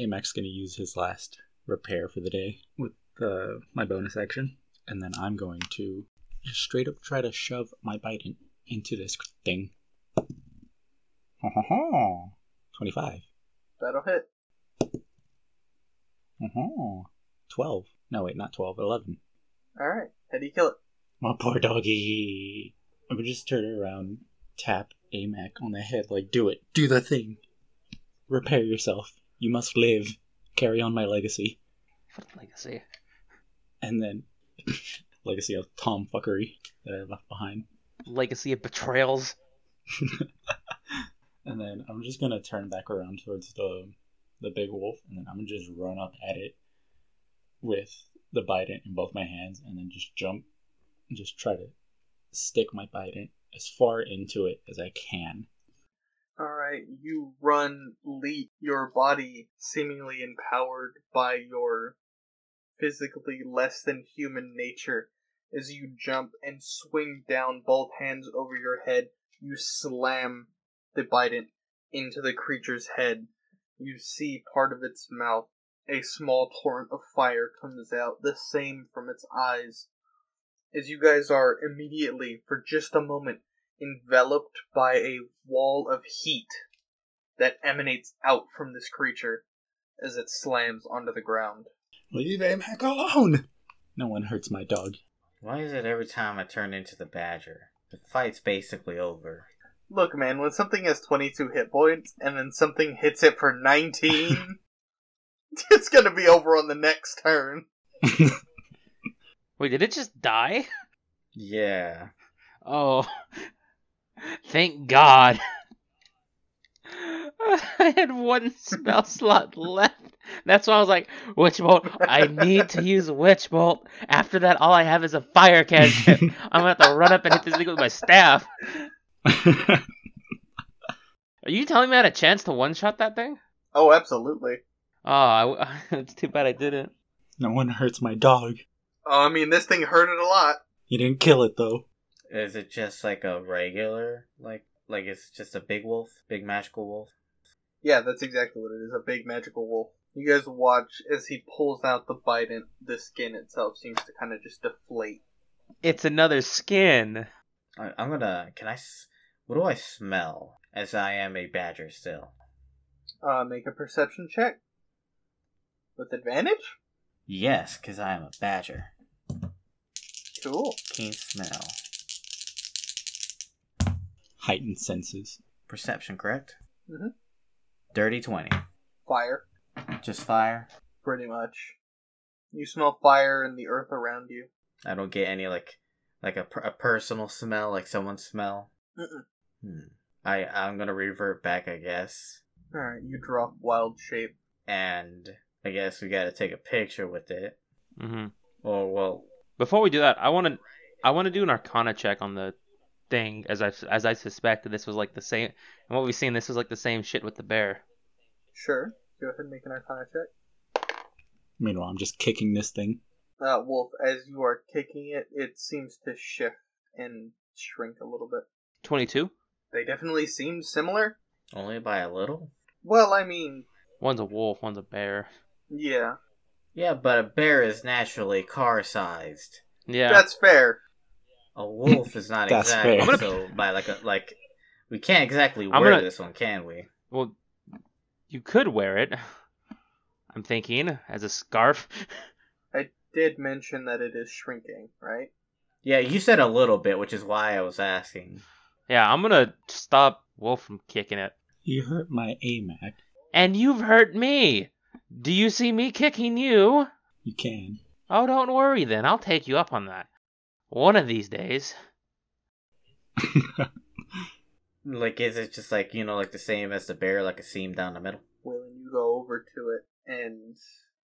D: Amex going to use his last repair for the day with the, my bonus action, and then I'm going to just straight up try to shove my bite in, into this thing. Ha ha ha! Twenty-five.
A: That'll hit.
D: Ha ha. Mm-hmm. Twelve. No, wait, not twelve. Eleven.
A: Alright. How do you kill it?
D: My poor doggy. I'm gonna just turn around, tap Amac on the head, like, do it, do the thing. Repair yourself. You must live. Carry on my legacy.
B: What a legacy.
D: And then legacy of tomfuckery that I left behind.
B: Legacy of betrayals.
D: And then I'm just gonna turn back around towards the the big wolf, and then I'm gonna just run up at it with the bident in both my hands, and then just jump, and just try to stick my bident as far into it as I can.
A: All right, you run, leap, your body seemingly empowered by your physically less than human nature as you jump and swing down both hands over your head. You slam the bident into the creature's head. You see part of its mouth. A small torrent of fire comes out, the same from its eyes. As you guys are immediately, for just a moment, enveloped by a wall of heat that emanates out from this creature as it slams onto the ground.
D: Leave Amac alone. No one hurts my dog.
C: Why is it every time I turn into the badger? The fight's basically over.
A: Look, man, when something has 22 hit points and then something hits it for 19, it's gonna be over on the next turn.
B: Wait, did it just die?
C: Yeah.
B: Oh, thank God. I had one spell slot left. That's why I was like, Witch Bolt, I need to use Witch Bolt. After that, all I have is a fire cantrip. I'm gonna have to run up and hit this thing with my staff. Are you telling me I had a chance to one shot that thing?
A: Oh, absolutely.
B: Oh, I, it's too bad I didn't.
D: no one hurts my dog.
A: Uh, Oh, I mean, this thing hurt it a lot.
D: He didn't kill it though.
C: Is it just like a regular like like it's just a big wolf, big magical wolf?
A: Yeah, that's exactly what it is. A big magical wolf. You guys watch as he pulls out the bite and the skin itself seems to kind of just deflate.
B: It's another skin.
C: I, I'm gonna. Can I? s- What do I smell? As I am a badger still.
A: Uh, make a perception check. With advantage?
C: Yes, because I am a badger.
A: Cool.
C: Keen smell.
D: Heightened senses.
C: Perception, correct?
A: Mhm.
C: Dirty 20.
A: Fire,
C: Just fire.
A: pretty much. You smell fire and the earth around you.
C: I don't get any, like, like a, per- a personal smell, like someone's smell.
A: Mm-mm.
C: Hmm. I, I'm gonna revert back, I guess.
A: Alright, you drop wild shape.
C: And I guess we gotta take a picture with it.
B: Mm-hmm.
C: Or, well,
B: Before we do that, I want to I want to do an Arcana check on the thing, as I as I suspect that this was like the same. And what we've seen, this was like the same shit with the bear.
A: Sure. Go ahead and make an arcana check.
D: Meanwhile, I'm just kicking this thing.
A: Uh, Wolf, as you are kicking it, it seems to shift and shrink a little bit.
B: Twenty two.
A: They definitely seem similar.
C: only by a little?
A: Well, I mean,
B: One's a wolf, one's a bear.
A: yeah,
C: Yeah, but a bear is naturally car sized.
B: Yeah.
A: that's fair.
C: A wolf is not
D: That's
C: exactly
D: fair. I'm
C: so by like a like we can't exactly wear
B: I'm gonna-
C: this one, can we?
B: well, you could wear it. I'm thinking as a scarf.
A: I did mention that it is shrinking, right?
C: Yeah, you said a little bit, which is why I was asking.
B: Yeah, I'm gonna stop Wolf from kicking it.
D: You hurt my AMAC.
B: And you've hurt me. Do you see me kicking you?
D: You can.
B: Oh, don't worry then. I'll take you up on that. One of these days.
D: Hmm.
C: Like, is it just like you know, like the same as the bear, like a seam down the middle?
A: When you go over to it and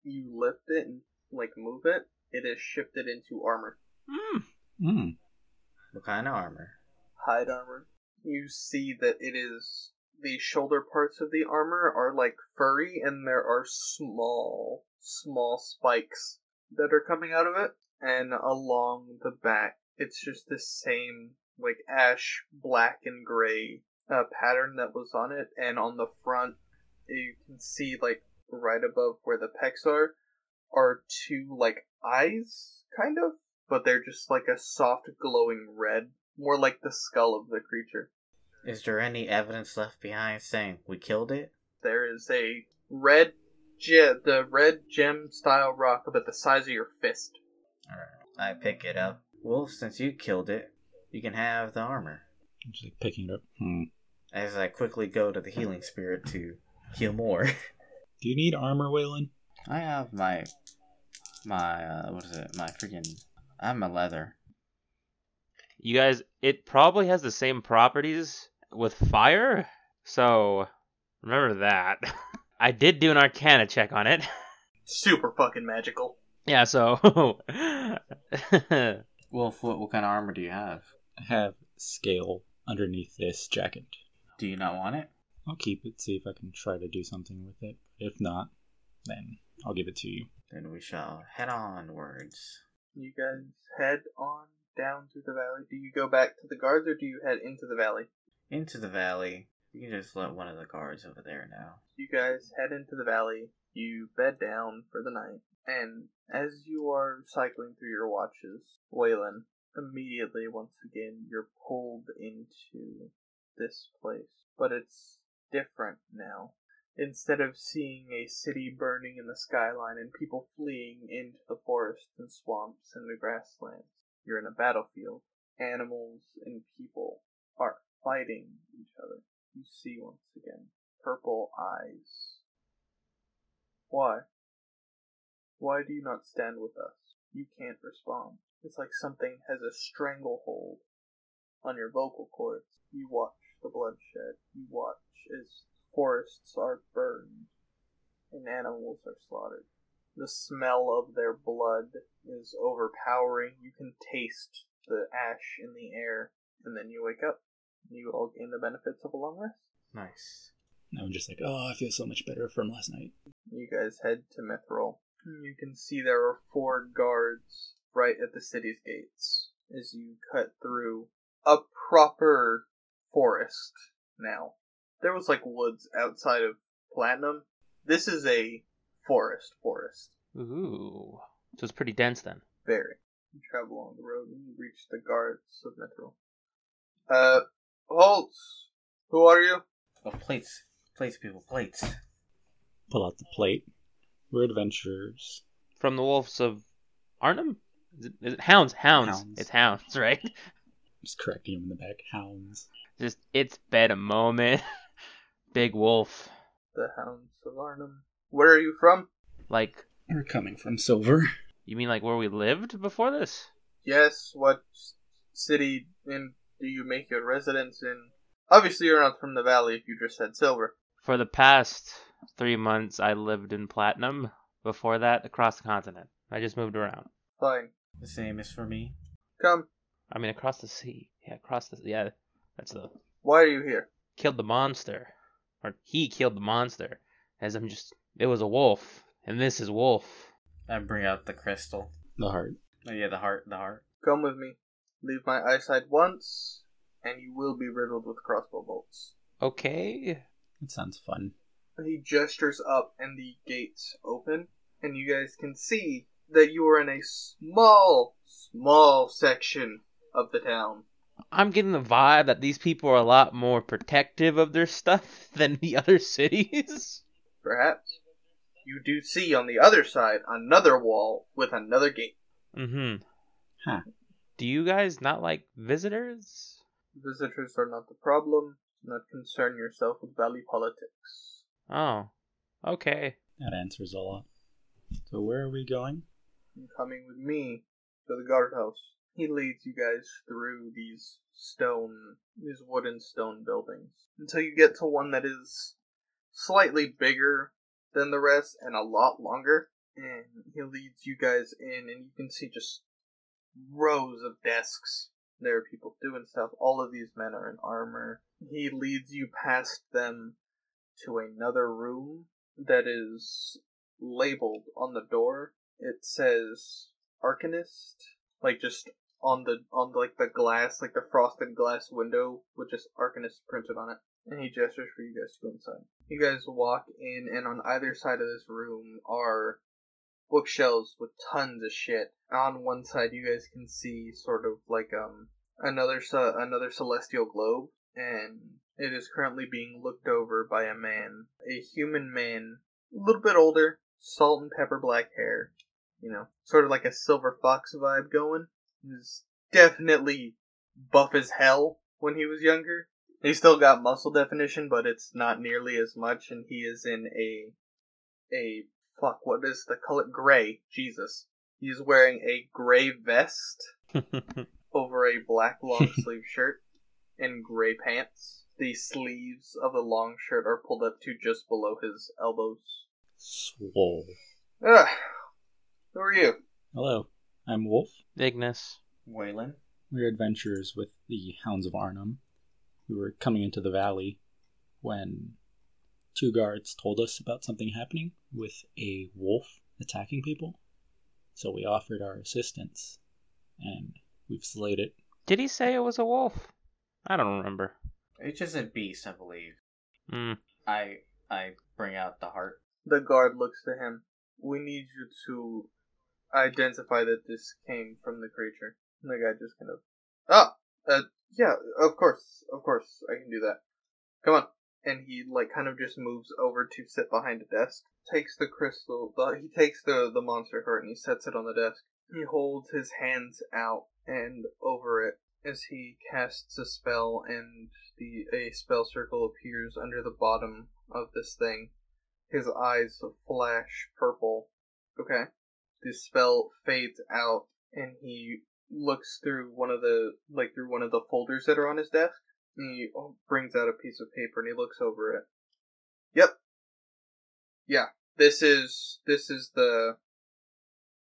A: you lift it and like move it, it is shifted into armor,
B: Mm.
D: Hmm.
C: What kind of armor?
A: hide armor. You see that it is the shoulder parts of the armor are like furry, and there are small, small spikes that are coming out of it, and along the back, it's just the same like ash, black, and gray uh, pattern that was on it, and on the front, you can see like right above where the pecs are, are two like eyes, kind of, but they're just like a soft glowing red, more like the skull of the creature.
C: Is there any evidence left behind saying we killed it?
A: There is a red, ge- the red gem style rock about the size of your fist.
C: I pick it up. Well, since you killed it, you can have the armor.
D: I'm just like picking it up. Hmm.
C: As I quickly go to the healing spirit to heal more.
D: Do you need armor, Waylon?
C: I have my my uh, what is it? My freaking I have my leather.
B: You guys, it probably has the same properties with fire, so remember that. I did do an arcana check on it.
A: Super fucking magical.
B: Yeah, so. yeah,
C: Wolf, what, what kind of armor do you have?
D: I have scale underneath this jacket.
C: Do you not want it?
D: I'll keep it, see if I can try to do something with it. If not, then I'll give it to you.
C: Then we shall head onwards.
A: You guys head on down through the valley. Do you go back to the guards or do you head into the valley?
C: Into the valley. You can just let one of the guards over there now.
A: You guys head into the valley. You bed down for the night. And as you are cycling through your watches, Waylon, immediately, once again, you're pulled into this place. But it's different now. Instead of seeing a city burning in the skyline and people fleeing into the forests and swamps and the grasslands, you're in a battlefield. Animals and people are fighting each other. You see once again purple eyes. Why? Why do you not stand with us? You can't respond. It's like something has a stranglehold on your vocal cords. You watch the bloodshed. You watch as forests are burned and animals are slaughtered. The smell of their blood is overpowering. You can taste the ash in the air, and then you wake up. You all gain the benefits of a long rest.
C: Nice.
D: And I'm just like, oh, I feel so much better from last night.
A: You guys head to Mithril. You can see there are four guards right at the city's gates. as you cut through a proper forest now. There was like woods outside of Platinum. This is a forest, forest.
B: Ooh. So it's pretty dense then.
A: Very. You travel along the road and you reach the guards of Mithril. Uh, Holtz, who are you?
C: Oh, plates. Plates, people, plates.
D: Pull out the plate. We're adventurers.
B: From the wolves of Arnhem? Is it, is it hounds? hounds?
D: Hounds.
B: It's hounds, right?
D: Just correcting him in the back. Hounds.
B: Just it's been a moment. Big wolf.
A: The Hounds of Arnhem. Where are you from?
B: Like
D: We're coming from Silver.
B: you mean like where we lived before this?
A: Yes, what s- city in do you make your residence in? Obviously, you're not from the valley if you just said silver.
B: For the past three months I lived in Platinum. Before that, across the continent. I just moved around.
A: Fine.
C: The same is for me.
A: Come.
B: I mean across the sea. Yeah, across the yeah, that's the
A: Why are you here?
B: killed the monster, or he killed the monster. As I'm just, it was a wolf, and this is wolf.
C: I bring out the crystal.
D: The heart.
C: Oh, yeah, the heart, the heart.
A: Come with me. Leave my eyesight once, and you will be riddled with crossbow bolts.
B: Okay.
D: That sounds fun.
A: He gestures up, and the gates open, and you guys can see that you are in a small, small section of the town.
B: I'm getting the vibe that these people are a lot more protective of their stuff than the other cities.
A: Perhaps you do see on the other side another wall with another gate.
B: Mm-hmm.
D: Huh.
B: Do you guys not like visitors?
A: Visitors are not the problem. Do not concern yourself with valley politics.
B: Oh, okay.
D: That answers a lot. So where are we going?
A: You're coming with me to the guardhouse. He leads you guys through these stone, these wooden stone buildings until you get to one that is slightly bigger than the rest and a lot longer. And he leads you guys in, and you can see just rows of desks. There are people doing stuff. All of these men are in armor. He leads you past them to another room that is labeled on the door it says arcanist like just on the on like the glass like the frosted glass window with just arcanist printed on it and he gestures for you guys to go inside you guys walk in and on either side of this room are bookshelves with tons of shit on one side you guys can see sort of like um another ce- another celestial globe and it is currently being looked over by a man a human man a little bit older salt and pepper black hair you know, sort of like a silver fox vibe going. He was definitely buff as hell when he was younger. He still got muscle definition, but it's not nearly as much, and he is in a a fuck. What is the color? Gray. Jesus. He's wearing a gray vest over a black long sleeve shirt and gray pants. The sleeves of the long shirt are pulled up to just below his elbows.
D: Swole.
A: Ugh. Who are you?
D: Hello, I'm Wolf.
B: Ignis.
C: Waylon?
D: We're adventurers with the Hounds of Arnhem. We were coming into the valley when two guards told us about something happening with a wolf attacking people. So we offered our assistance and we've slayed it.
B: Did he say it was a wolf? I don't remember.
C: It's just a beast, I believe.
B: Mm.
C: I I bring out the heart.
A: The guard looks to him. We need you to identify that this came from the creature. And the guy just kind of, ah, uh, yeah, of course, of course, I can do that. Come on. And he like kind of just moves over to sit behind a desk. Takes the crystal. The, he takes the the monster heart and he sets it on the desk. He holds his hands out and over it as he casts a spell, and the a spell circle appears under the bottom of this thing. His eyes flash purple. Okay. The spell fades out and he looks through one of the like through one of the folders that are on his desk. And he oh, brings out a piece of paper and he looks over it. Yep. Yeah. This is this is the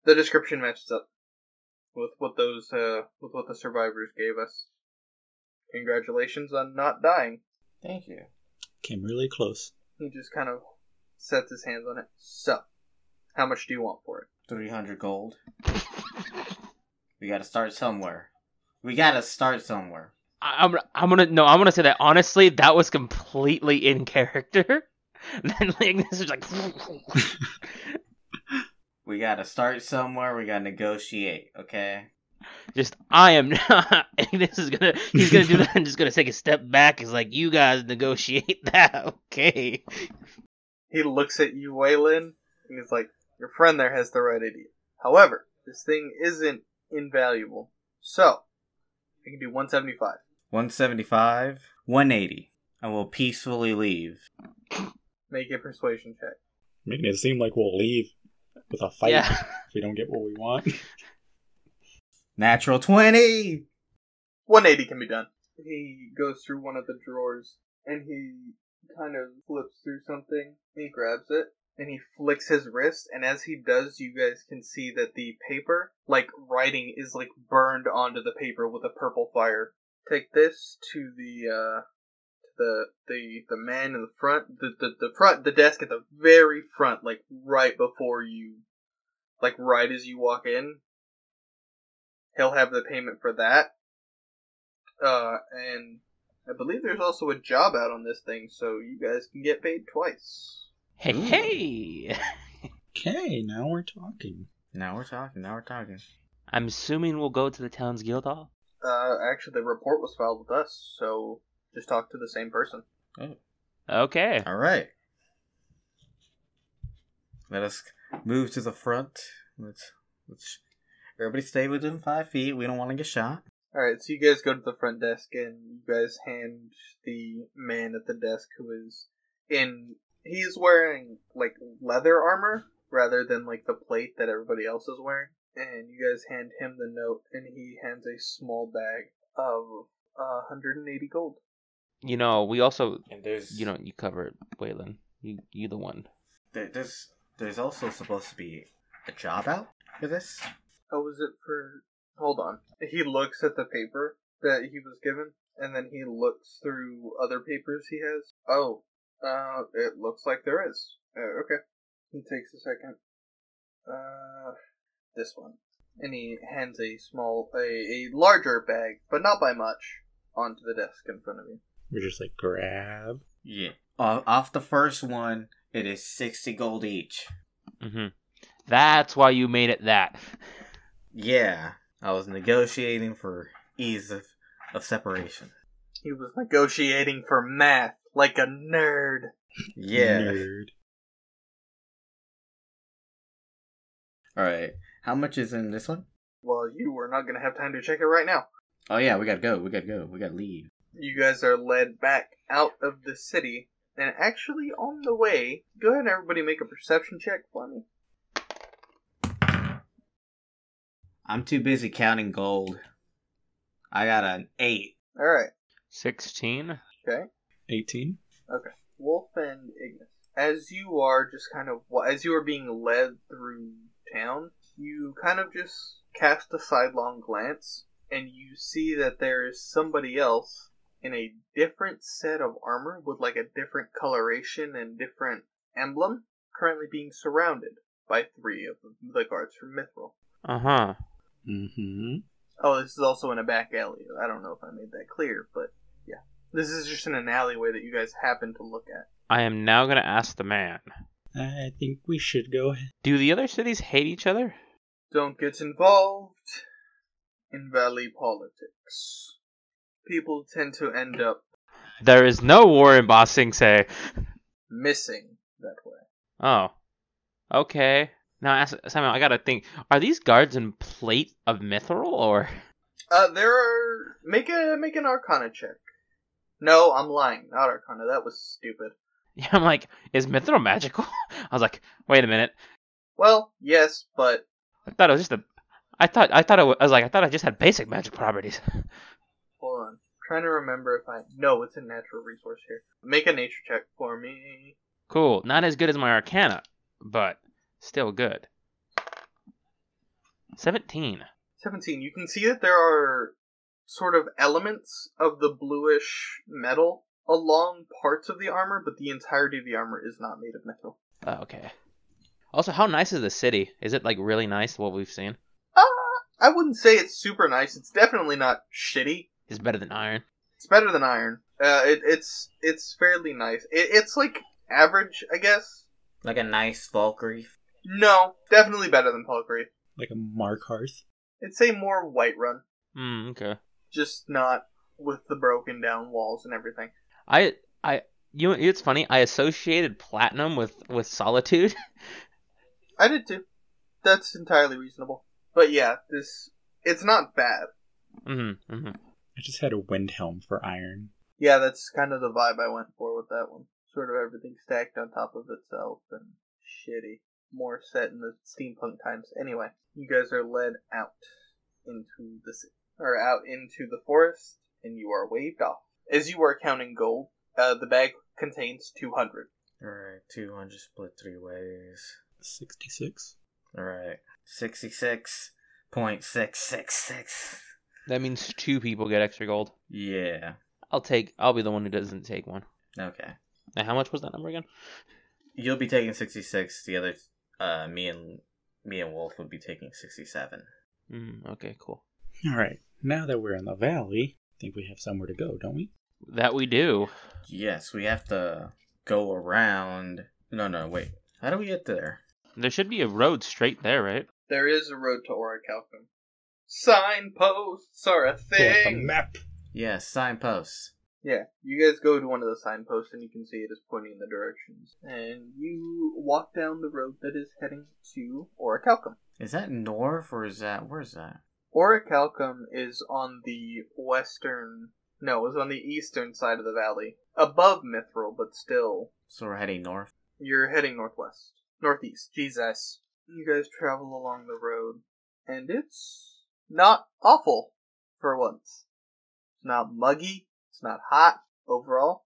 A: the description matches up with what those uh with what the survivors gave us. Congratulations on not dying.
C: Thank you.
D: Came really close.
A: He just kind of sets his hands on it. So, how much do you want for it?
C: 300 gold. We gotta start somewhere. We gotta start somewhere.
B: I- I'm I'm gonna no, I'm gonna say that honestly, that was completely in character. And then like this is like
C: We gotta start somewhere. We gotta negotiate. Okay.
B: just I am not Ignis is gonna he's gonna do that and just gonna take a step back. He's like, you guys negotiate that, okay.
A: He looks at you, Waylon, and he's like, Your friend there has the right idea. However, this thing isn't invaluable. So, I can do 175.
C: 175, 180, and we'll peacefully leave.
A: Make a persuasion check.
D: Making it seem like we'll leave with a fight
B: Yeah.
D: if we don't get what we want.
C: Natural 20!
A: 180 can be done. He goes through one of the drawers and he kind of flips through something. He grabs it and he flicks his wrist. And as he does, you guys can see that the paper, like writing, is like burned onto the paper with a purple fire. Take this to the uh, the the the man in the front, the, the the front, the desk at the very front, like right before you, like right as you walk in. He'll have the payment for that uh, and I believe there's also a job out on this thing, so you guys can get paid twice.
B: Hey
D: Ooh.
B: hey
D: Okay, now we're talking.
C: Now we're talking, now we're talking.
B: I'm assuming we'll go to the town's guild hall.
A: Uh, actually, the report was filed with us, so just talk to the same person.
C: Oh.
B: Okay.
C: Alright. Let us move to the front. Let's, let's, everybody stay within five feet. We don't want to get shot.
A: All right, so you guys go to the front desk, and you guys hand the man at the desk who is in. He's wearing like leather armor rather than like the plate that everybody else is wearing. And you guys hand him the note, and he hands a small bag of uh, 180 gold.
B: You know, we also
C: And there's,
B: you know, you cover it, Waylon. You you the one.
C: there, there's, there's also supposed to be a job out for this.
A: Oh, was it for? Hold on. He looks at the paper that he was given, and then he looks through other papers he has. Oh, uh, it looks like there is. Uh, okay. He takes a second. Uh, this one, and he hands a small, a, a larger bag, but not by much, onto the desk in front of you.
D: We're just like grab.
C: Yeah. Uh, off the first one, it is 60 gold each.
B: Mm-hmm. That's why you made it that.
C: Yeah. I was negotiating for ease of, of separation.
A: He was negotiating for math like a nerd.
C: Yeah.
D: Nerd.
C: All right. How much is in this one?
A: Well, you are not gonna have time to check it right now.
C: Oh yeah, we gotta go. We gotta go. We gotta leave.
A: you guys are led back out of the city. And actually, on the way, go ahead and everybody make a perception check for me.
C: I'm too busy counting gold. I got an eight.
A: All right,
B: Sixteen.
D: 18.
A: Wolf and Ignis. As you are just kind of as you are being led through town, you kind of just cast a sidelong glance, and you see that there is somebody else in a different set of armor with like a different coloration and different emblem, currently being surrounded by three of the guards from Mithril.
B: Uh huh.
D: Mm-hmm.
A: Oh, this is also in a back alley. I don't know if I made that clear, but yeah. This is just in an alleyway that you guys happen to look at.
B: I am now gonna ask the man.
D: I think we should go.
B: Do the other cities hate each other?
A: Don't get involved in valley politics. People tend to end up
B: There is no war in Ba Sing Se.
A: missing that way.
B: Oh. Okay. Now, ask, Samuel, I gotta think. Are these guards in plate of mithril or?
A: Uh, there are make a make an Arcana check. No, I'm lying. Not Arcana. That was stupid.
B: Yeah, I'm like, is mithril magical? I was like, wait a minute.
A: Well, yes, but
B: I thought it was just a. I thought I thought it was, I was like I thought I just had basic magic properties.
A: hold on. trying to remember if I no, it's a natural resource here. Make a nature check for me.
B: Cool. Not as good as my Arcana, but still good. 17.
A: 17 you can see that there are sort of elements of the bluish metal along parts of the armor but the entirety of the armor is not made of metal
B: Oh, okay. Also, how nice is the city? Is it like really nice what we've seen?
A: uh, I wouldn't say it's super nice. It's definitely not shitty.
B: It's better than iron.
A: It's better than iron. Uh, it, it's it's fairly nice. It, it's like average, I guess.
E: Like a nice Valkyrie.
A: No, definitely better than Palgrave.
D: Like a Mark Hearth.
A: I'd say more White Run,
B: Mm, okay.
A: just not with the broken down walls and everything.
B: I I you know, it's funny. I associated platinum with with solitude.
A: I did too. That's entirely reasonable. But yeah, this it's not bad.
B: mm-hmm, mm-hmm.
D: I just had a Windhelm for iron.
A: Yeah, that's kind of the vibe I went for with that one. Sort of everything stacked on top of itself and shitty. More set in the steampunk times. Anyway, you guys are led out into the ci- or out into the forest, and you are waved off. As you are counting gold, uh, the bag contains two hundred.
E: Alright, 200 split three ways.
D: 66.
E: Alright. 66.666.
B: That means two people get extra gold.
C: Yeah.
B: I'll take. I'll be the one who doesn't take one.
C: Okay.
B: Now, how much was that number again?
C: You'll be taking 66. The other, uh, me and me and Wolf would be taking 67.
B: Mm, okay, cool.
D: All right. Now that we're in the valley, I think we have somewhere to go, don't we?
B: That we do.
C: Yes, we have to go around. No, no, wait. How do we get there?
B: There should be a road straight there, right?
A: There is a road to Orichalcum. Signposts are a thing.
D: map.
C: Yes, signposts.
A: Yeah, you guys go to one of the signposts and you can see it is pointing in the directions. And you walk down the road that is heading to Orichalcum.
C: Is that north or is that where's that?
A: Orichalcum is on the western, no, is on the eastern side of the valley, above Mithril, but still
C: So we're heading north.
A: you're heading northwest, northeast. Jesus, you guys travel along the road, and it's not awful for once. It's not muggy. It's not hot overall.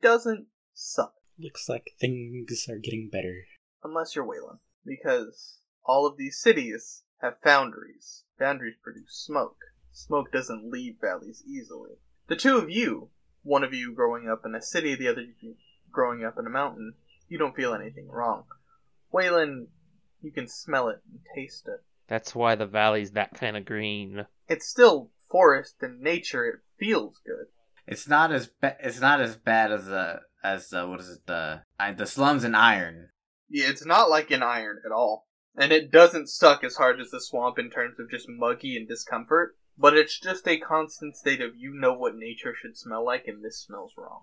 A: Doesn't suck
D: Looks like things are getting better.
A: unless you're Wayland, because all of these cities have foundries. Foundries produce smoke. Smoke doesn't leave valleys easily. The two of you, one of you growing up in a city, the other you growing up in a mountain, you don't feel anything wrong. Wayland, you can smell it and taste it.
B: That's why the valley's that kind of green.
A: It's still forest and nature. It feels good.
C: It's not as ba- it's not as bad as the as the what is it the I, the slums in Iron.
A: Yeah, it's not like an iron at all. And it doesn't suck as hard as the swamp in terms of just muggy and discomfort, but it's just a constant state of you know what nature should smell like and this smells wrong.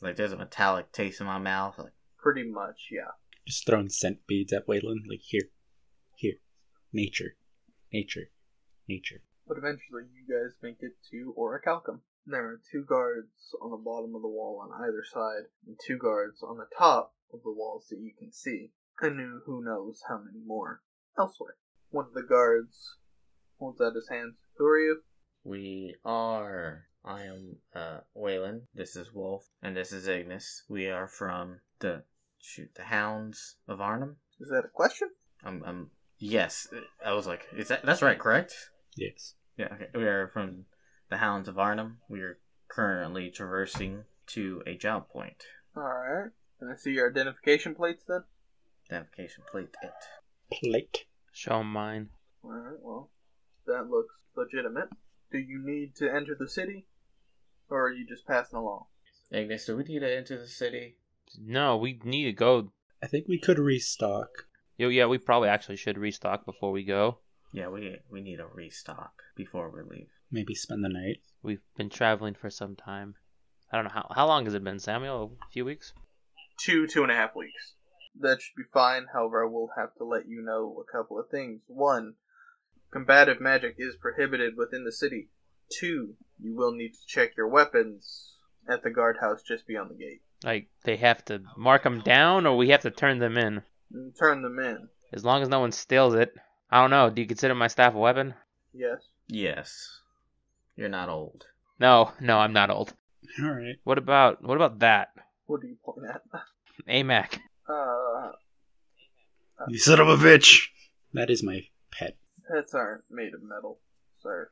C: Like there's a metallic taste in my mouth. Like
A: Pretty much, yeah.
D: Just throwing scent beads at Wayland. Like, here. Here. Nature. Nature. Nature.
A: But eventually you guys make it to Orichalcum. There are two guards on the bottom of the wall on either side, and two guards on the top of the walls that you can see, and who- who knows how many more elsewhere. One of the guards holds out his hand. Who are you?
E: We are. I am uh, Waylon.
C: this is Wolf and this is Ignis. We are from the shoot the Hounds of Arnhem.
A: Is that a question?
C: Um, um yes, I was like, is that that's right, correct?
D: Yes.
C: Yeah, okay. We are from the Hounds of Arnhem. We are currently traversing to a job point.
A: Alright. Can I see your identification plates then?
C: Identification plate it.
D: Plate.
B: Show 'em mine.
A: Alright, well, that looks legitimate. Do you need to enter the city? Or are you just passing along?
C: Ignis, do we need to enter the city?
B: No, we need to go.
D: I think we could restock.
B: Yo, yeah, we probably actually should restock before we go.
C: Yeah, we we need a restock before we leave.
D: Maybe spend the night.
B: We've been traveling for some time. I don't know how how long has it been, Samuel? A few weeks.
A: Two, two and a half weeks. That should be fine, however, I will have to let you know a couple of things. One, combative magic is prohibited within the city. Two, you will need to check your weapons at the guardhouse just beyond the gate.
B: Like they have to mark them down, or we have to turn them in.
A: And Mm, turn them in.
B: As long as no one steals it. I don't know. Do you consider my staff a weapon?
A: Yes.
C: Yes. You're not old.
B: No, no, I'm not old.
D: All right.
B: What about what about that?
A: What do you point at?
B: AMAC.
A: Uh,
D: You son of a bitch. That is my pet.
A: pets aren't made of metal, sir.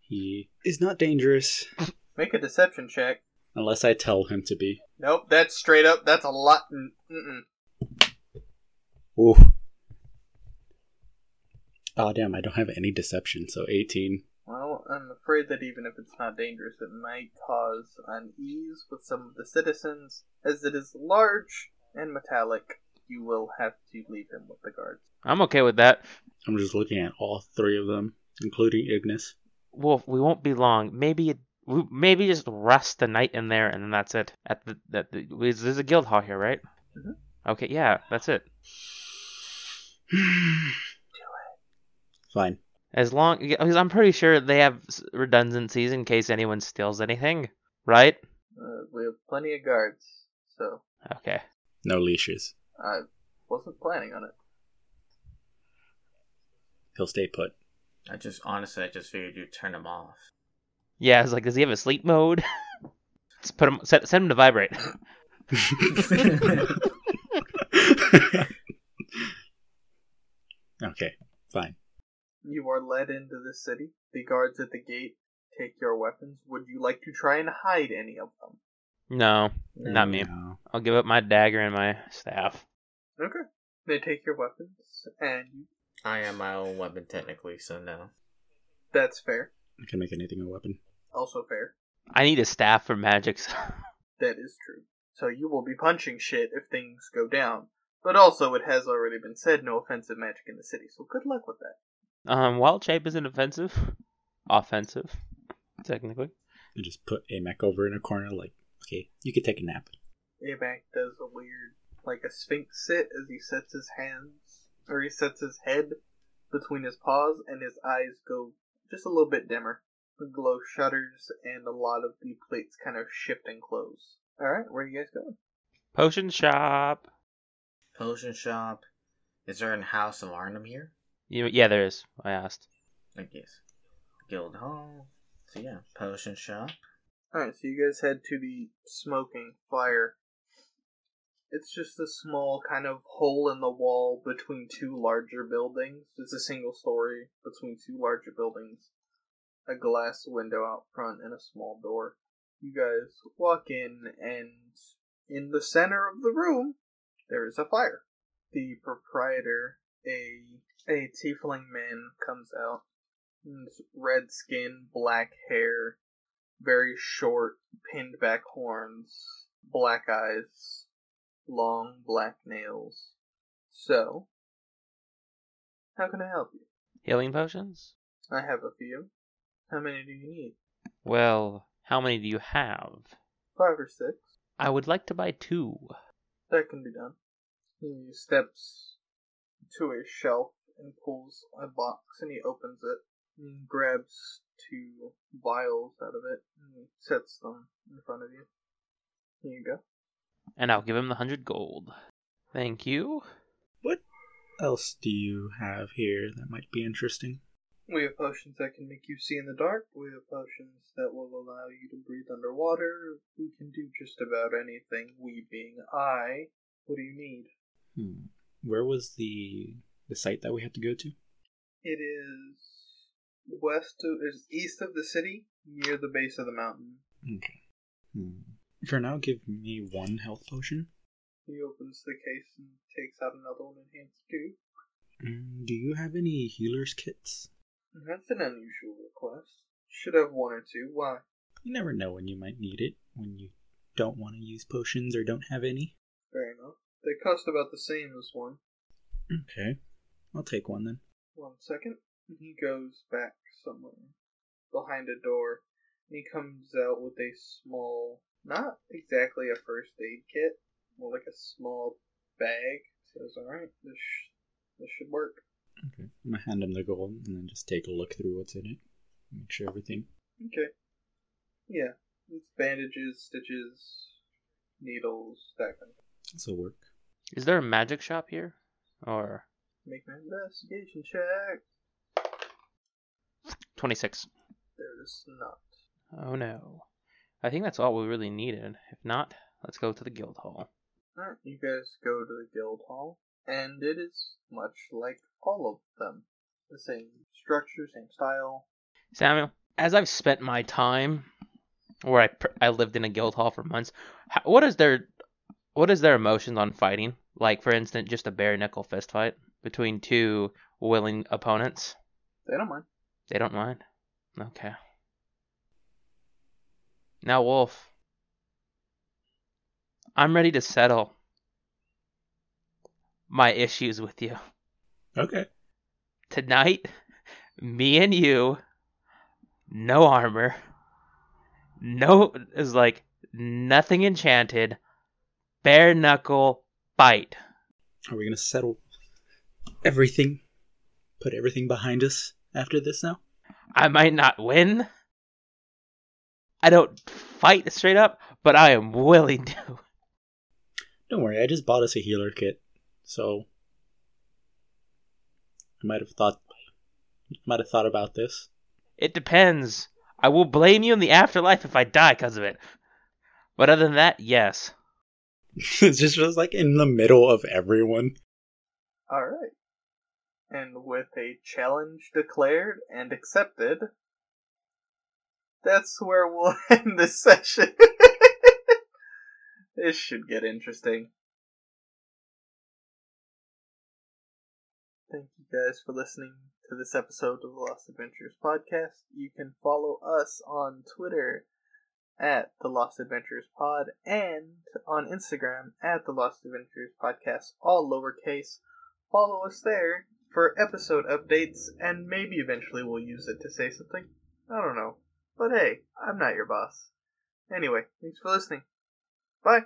D: He is not dangerous
A: Make a deception check.
D: unless I tell him to be.
A: Nope, that's straight up. That's a lot. mm, Mm-mm.
D: Ooh. Oh damn, I don't have any deception, so eighteen.
A: Well, I'm afraid that even if it's not dangerous, it might cause unease with some of the citizens, as it is large and metallic. You will have to leave him with the guards.
B: I'm okay with that.
D: I'm just looking at all three of them, including Ignis.
B: Well, we won't be long. Maybe it, we- maybe just rest the night in there, and then that's it. At the, at the there's there's a guild hall here, right?
A: Mhm.
B: Okay, yeah, that's it.
D: Fine.
B: As long because I'm pretty sure they have s- redundancies in case anyone steals anything, right?
A: Uh, we have plenty of guards, so
B: Okay.
D: No leashes.
A: I wasn't planning on it.
D: He'll stay put.
C: I just honestly, I just figured you'd turn them off.
B: Yeah, it's like, does he have a sleep mode? Just put him, set, set him to vibrate.
D: okay, fine.
A: You are led into the city. The guards at the gate take your weapons. Would you like to try and hide any of them?
B: No, not me.
D: No.
B: I'll give up my dagger and my staff.
A: Okay. They take your weapons, and
E: I am my own weapon technically, so no.
A: that's fair.
D: I can make anything a weapon.
A: Also fair.
B: I need a staff for magic. so-
A: That is true. So you will be punching shit if things go down. But also, it has already been said no offensive magic in the city, so good luck with that.
B: um, wild shape isn't offensive. Offensive, technically.
D: And just put Amac over in a corner, like, okay, you could take a nap.
A: Amac does a weird, like a sphinx sit as he sets his hands, or he sets his head between his paws, and his eyes go just a little bit dimmer. The glow shudders, and a lot of the plates kind of shift and close. Alright, where are you guys going?
B: Potion shop.
C: Potion shop. Is there an house of Arnhem here?
B: You, yeah, there is. I asked.
C: I guess. Guild hall. So yeah, potion shop.
A: Alright, so you guys head to the smoking fire. It's just a small kind of hole in the wall between two larger buildings. It's a single story between two larger buildings. A glass window out front and a small door. You guys walk in, and in the center of the room, there is a fire. The proprietor, a a tiefling man, comes out. He's Red skin, black hair, very short, pinned back horns, black eyes, long black nails. So, how can I help you?
B: Healing potions.
A: I have a few. How many do you need?
B: Well, how many do you have?
A: Five or six?
B: I would like to buy two.
A: That can be done. He steps to a shelf and pulls a box and he opens it and grabs two vials out of it and sets them in front of you. Here you go.
B: and I'll give him the hundred gold. Thank you.
D: else do you have here that might be interesting?
A: We have potions that can make you see in the dark. We have potions that will allow you to breathe underwater. We can do just about anything, we being I. What do you need?
D: Hmm. Where was the the site that we had to go to?
A: It is west of, it's east of the city, near the base of the mountain.
D: Okay. Hmm. For now, give me one health potion.
A: He opens the case and takes out another one and hands two.
D: Mm, do you have any healer's kits?
A: That's an unusual request. Should have one or two. Why?
D: You never know when you might need it, when you don't want to use potions or don't have any.
A: Fair enough. They cost about the same as one.
D: Okay. I'll take one then.
A: One second. He goes back somewhere behind a door and he comes out with a small, not exactly a first aid kit, more like a small bag. Says, alright, this, sh- this should work.
D: Okay. I'm gonna hand him the gold and then just take a look through what's in it. Make sure everything.
A: Okay. Yeah. It's bandages, stitches, needles, that kind of
D: This'll work.
B: Is there a magic shop here? Or
A: Make my investigation check.
B: 26.
A: There's not.
B: Oh no. I think that's all we really needed. If not, let's go to the guild hall.
A: Alright, you guys go to the guild hall, and it is much like all of them. The same structure, same style.
B: Samuel, as I've spent my time where I pr- I lived in a guild hall for months, how, what is their what is their emotions on fighting? Like for instance, just a bare knuckle fist fight between two willing opponents?
A: They don't mind.
B: They don't mind. Okay. Now, Wolf, I'm ready to settle my issues with you.
D: Okay.
B: Tonight, me and you, no armor, no, is like nothing enchanted, bare knuckle fight.
D: Are we going to settle everything? Put everything behind us after this now?
B: I might not win. I don't fight straight up, but I am willing to.
D: Don't worry, I just bought us a healer kit. So I might have thought might have thought about this.
B: It depends. I will blame you in the afterlife if I die because of it. But other than that, yes.
D: it just was like in the middle of everyone.
A: All right. And with a challenge declared and accepted, that's where we'll end this session. this should get interesting. Thank you guys for listening to this episode of the Lost Adventures podcast. You can follow us on Twitter at the Lost Adventures Pod and on Instagram at the Lost Adventures Podcast, all lowercase. Follow us there for episode updates, and maybe eventually we'll use it to say something. I don't know. But hey, I'm not your boss. Anyway, thanks for listening. Bye.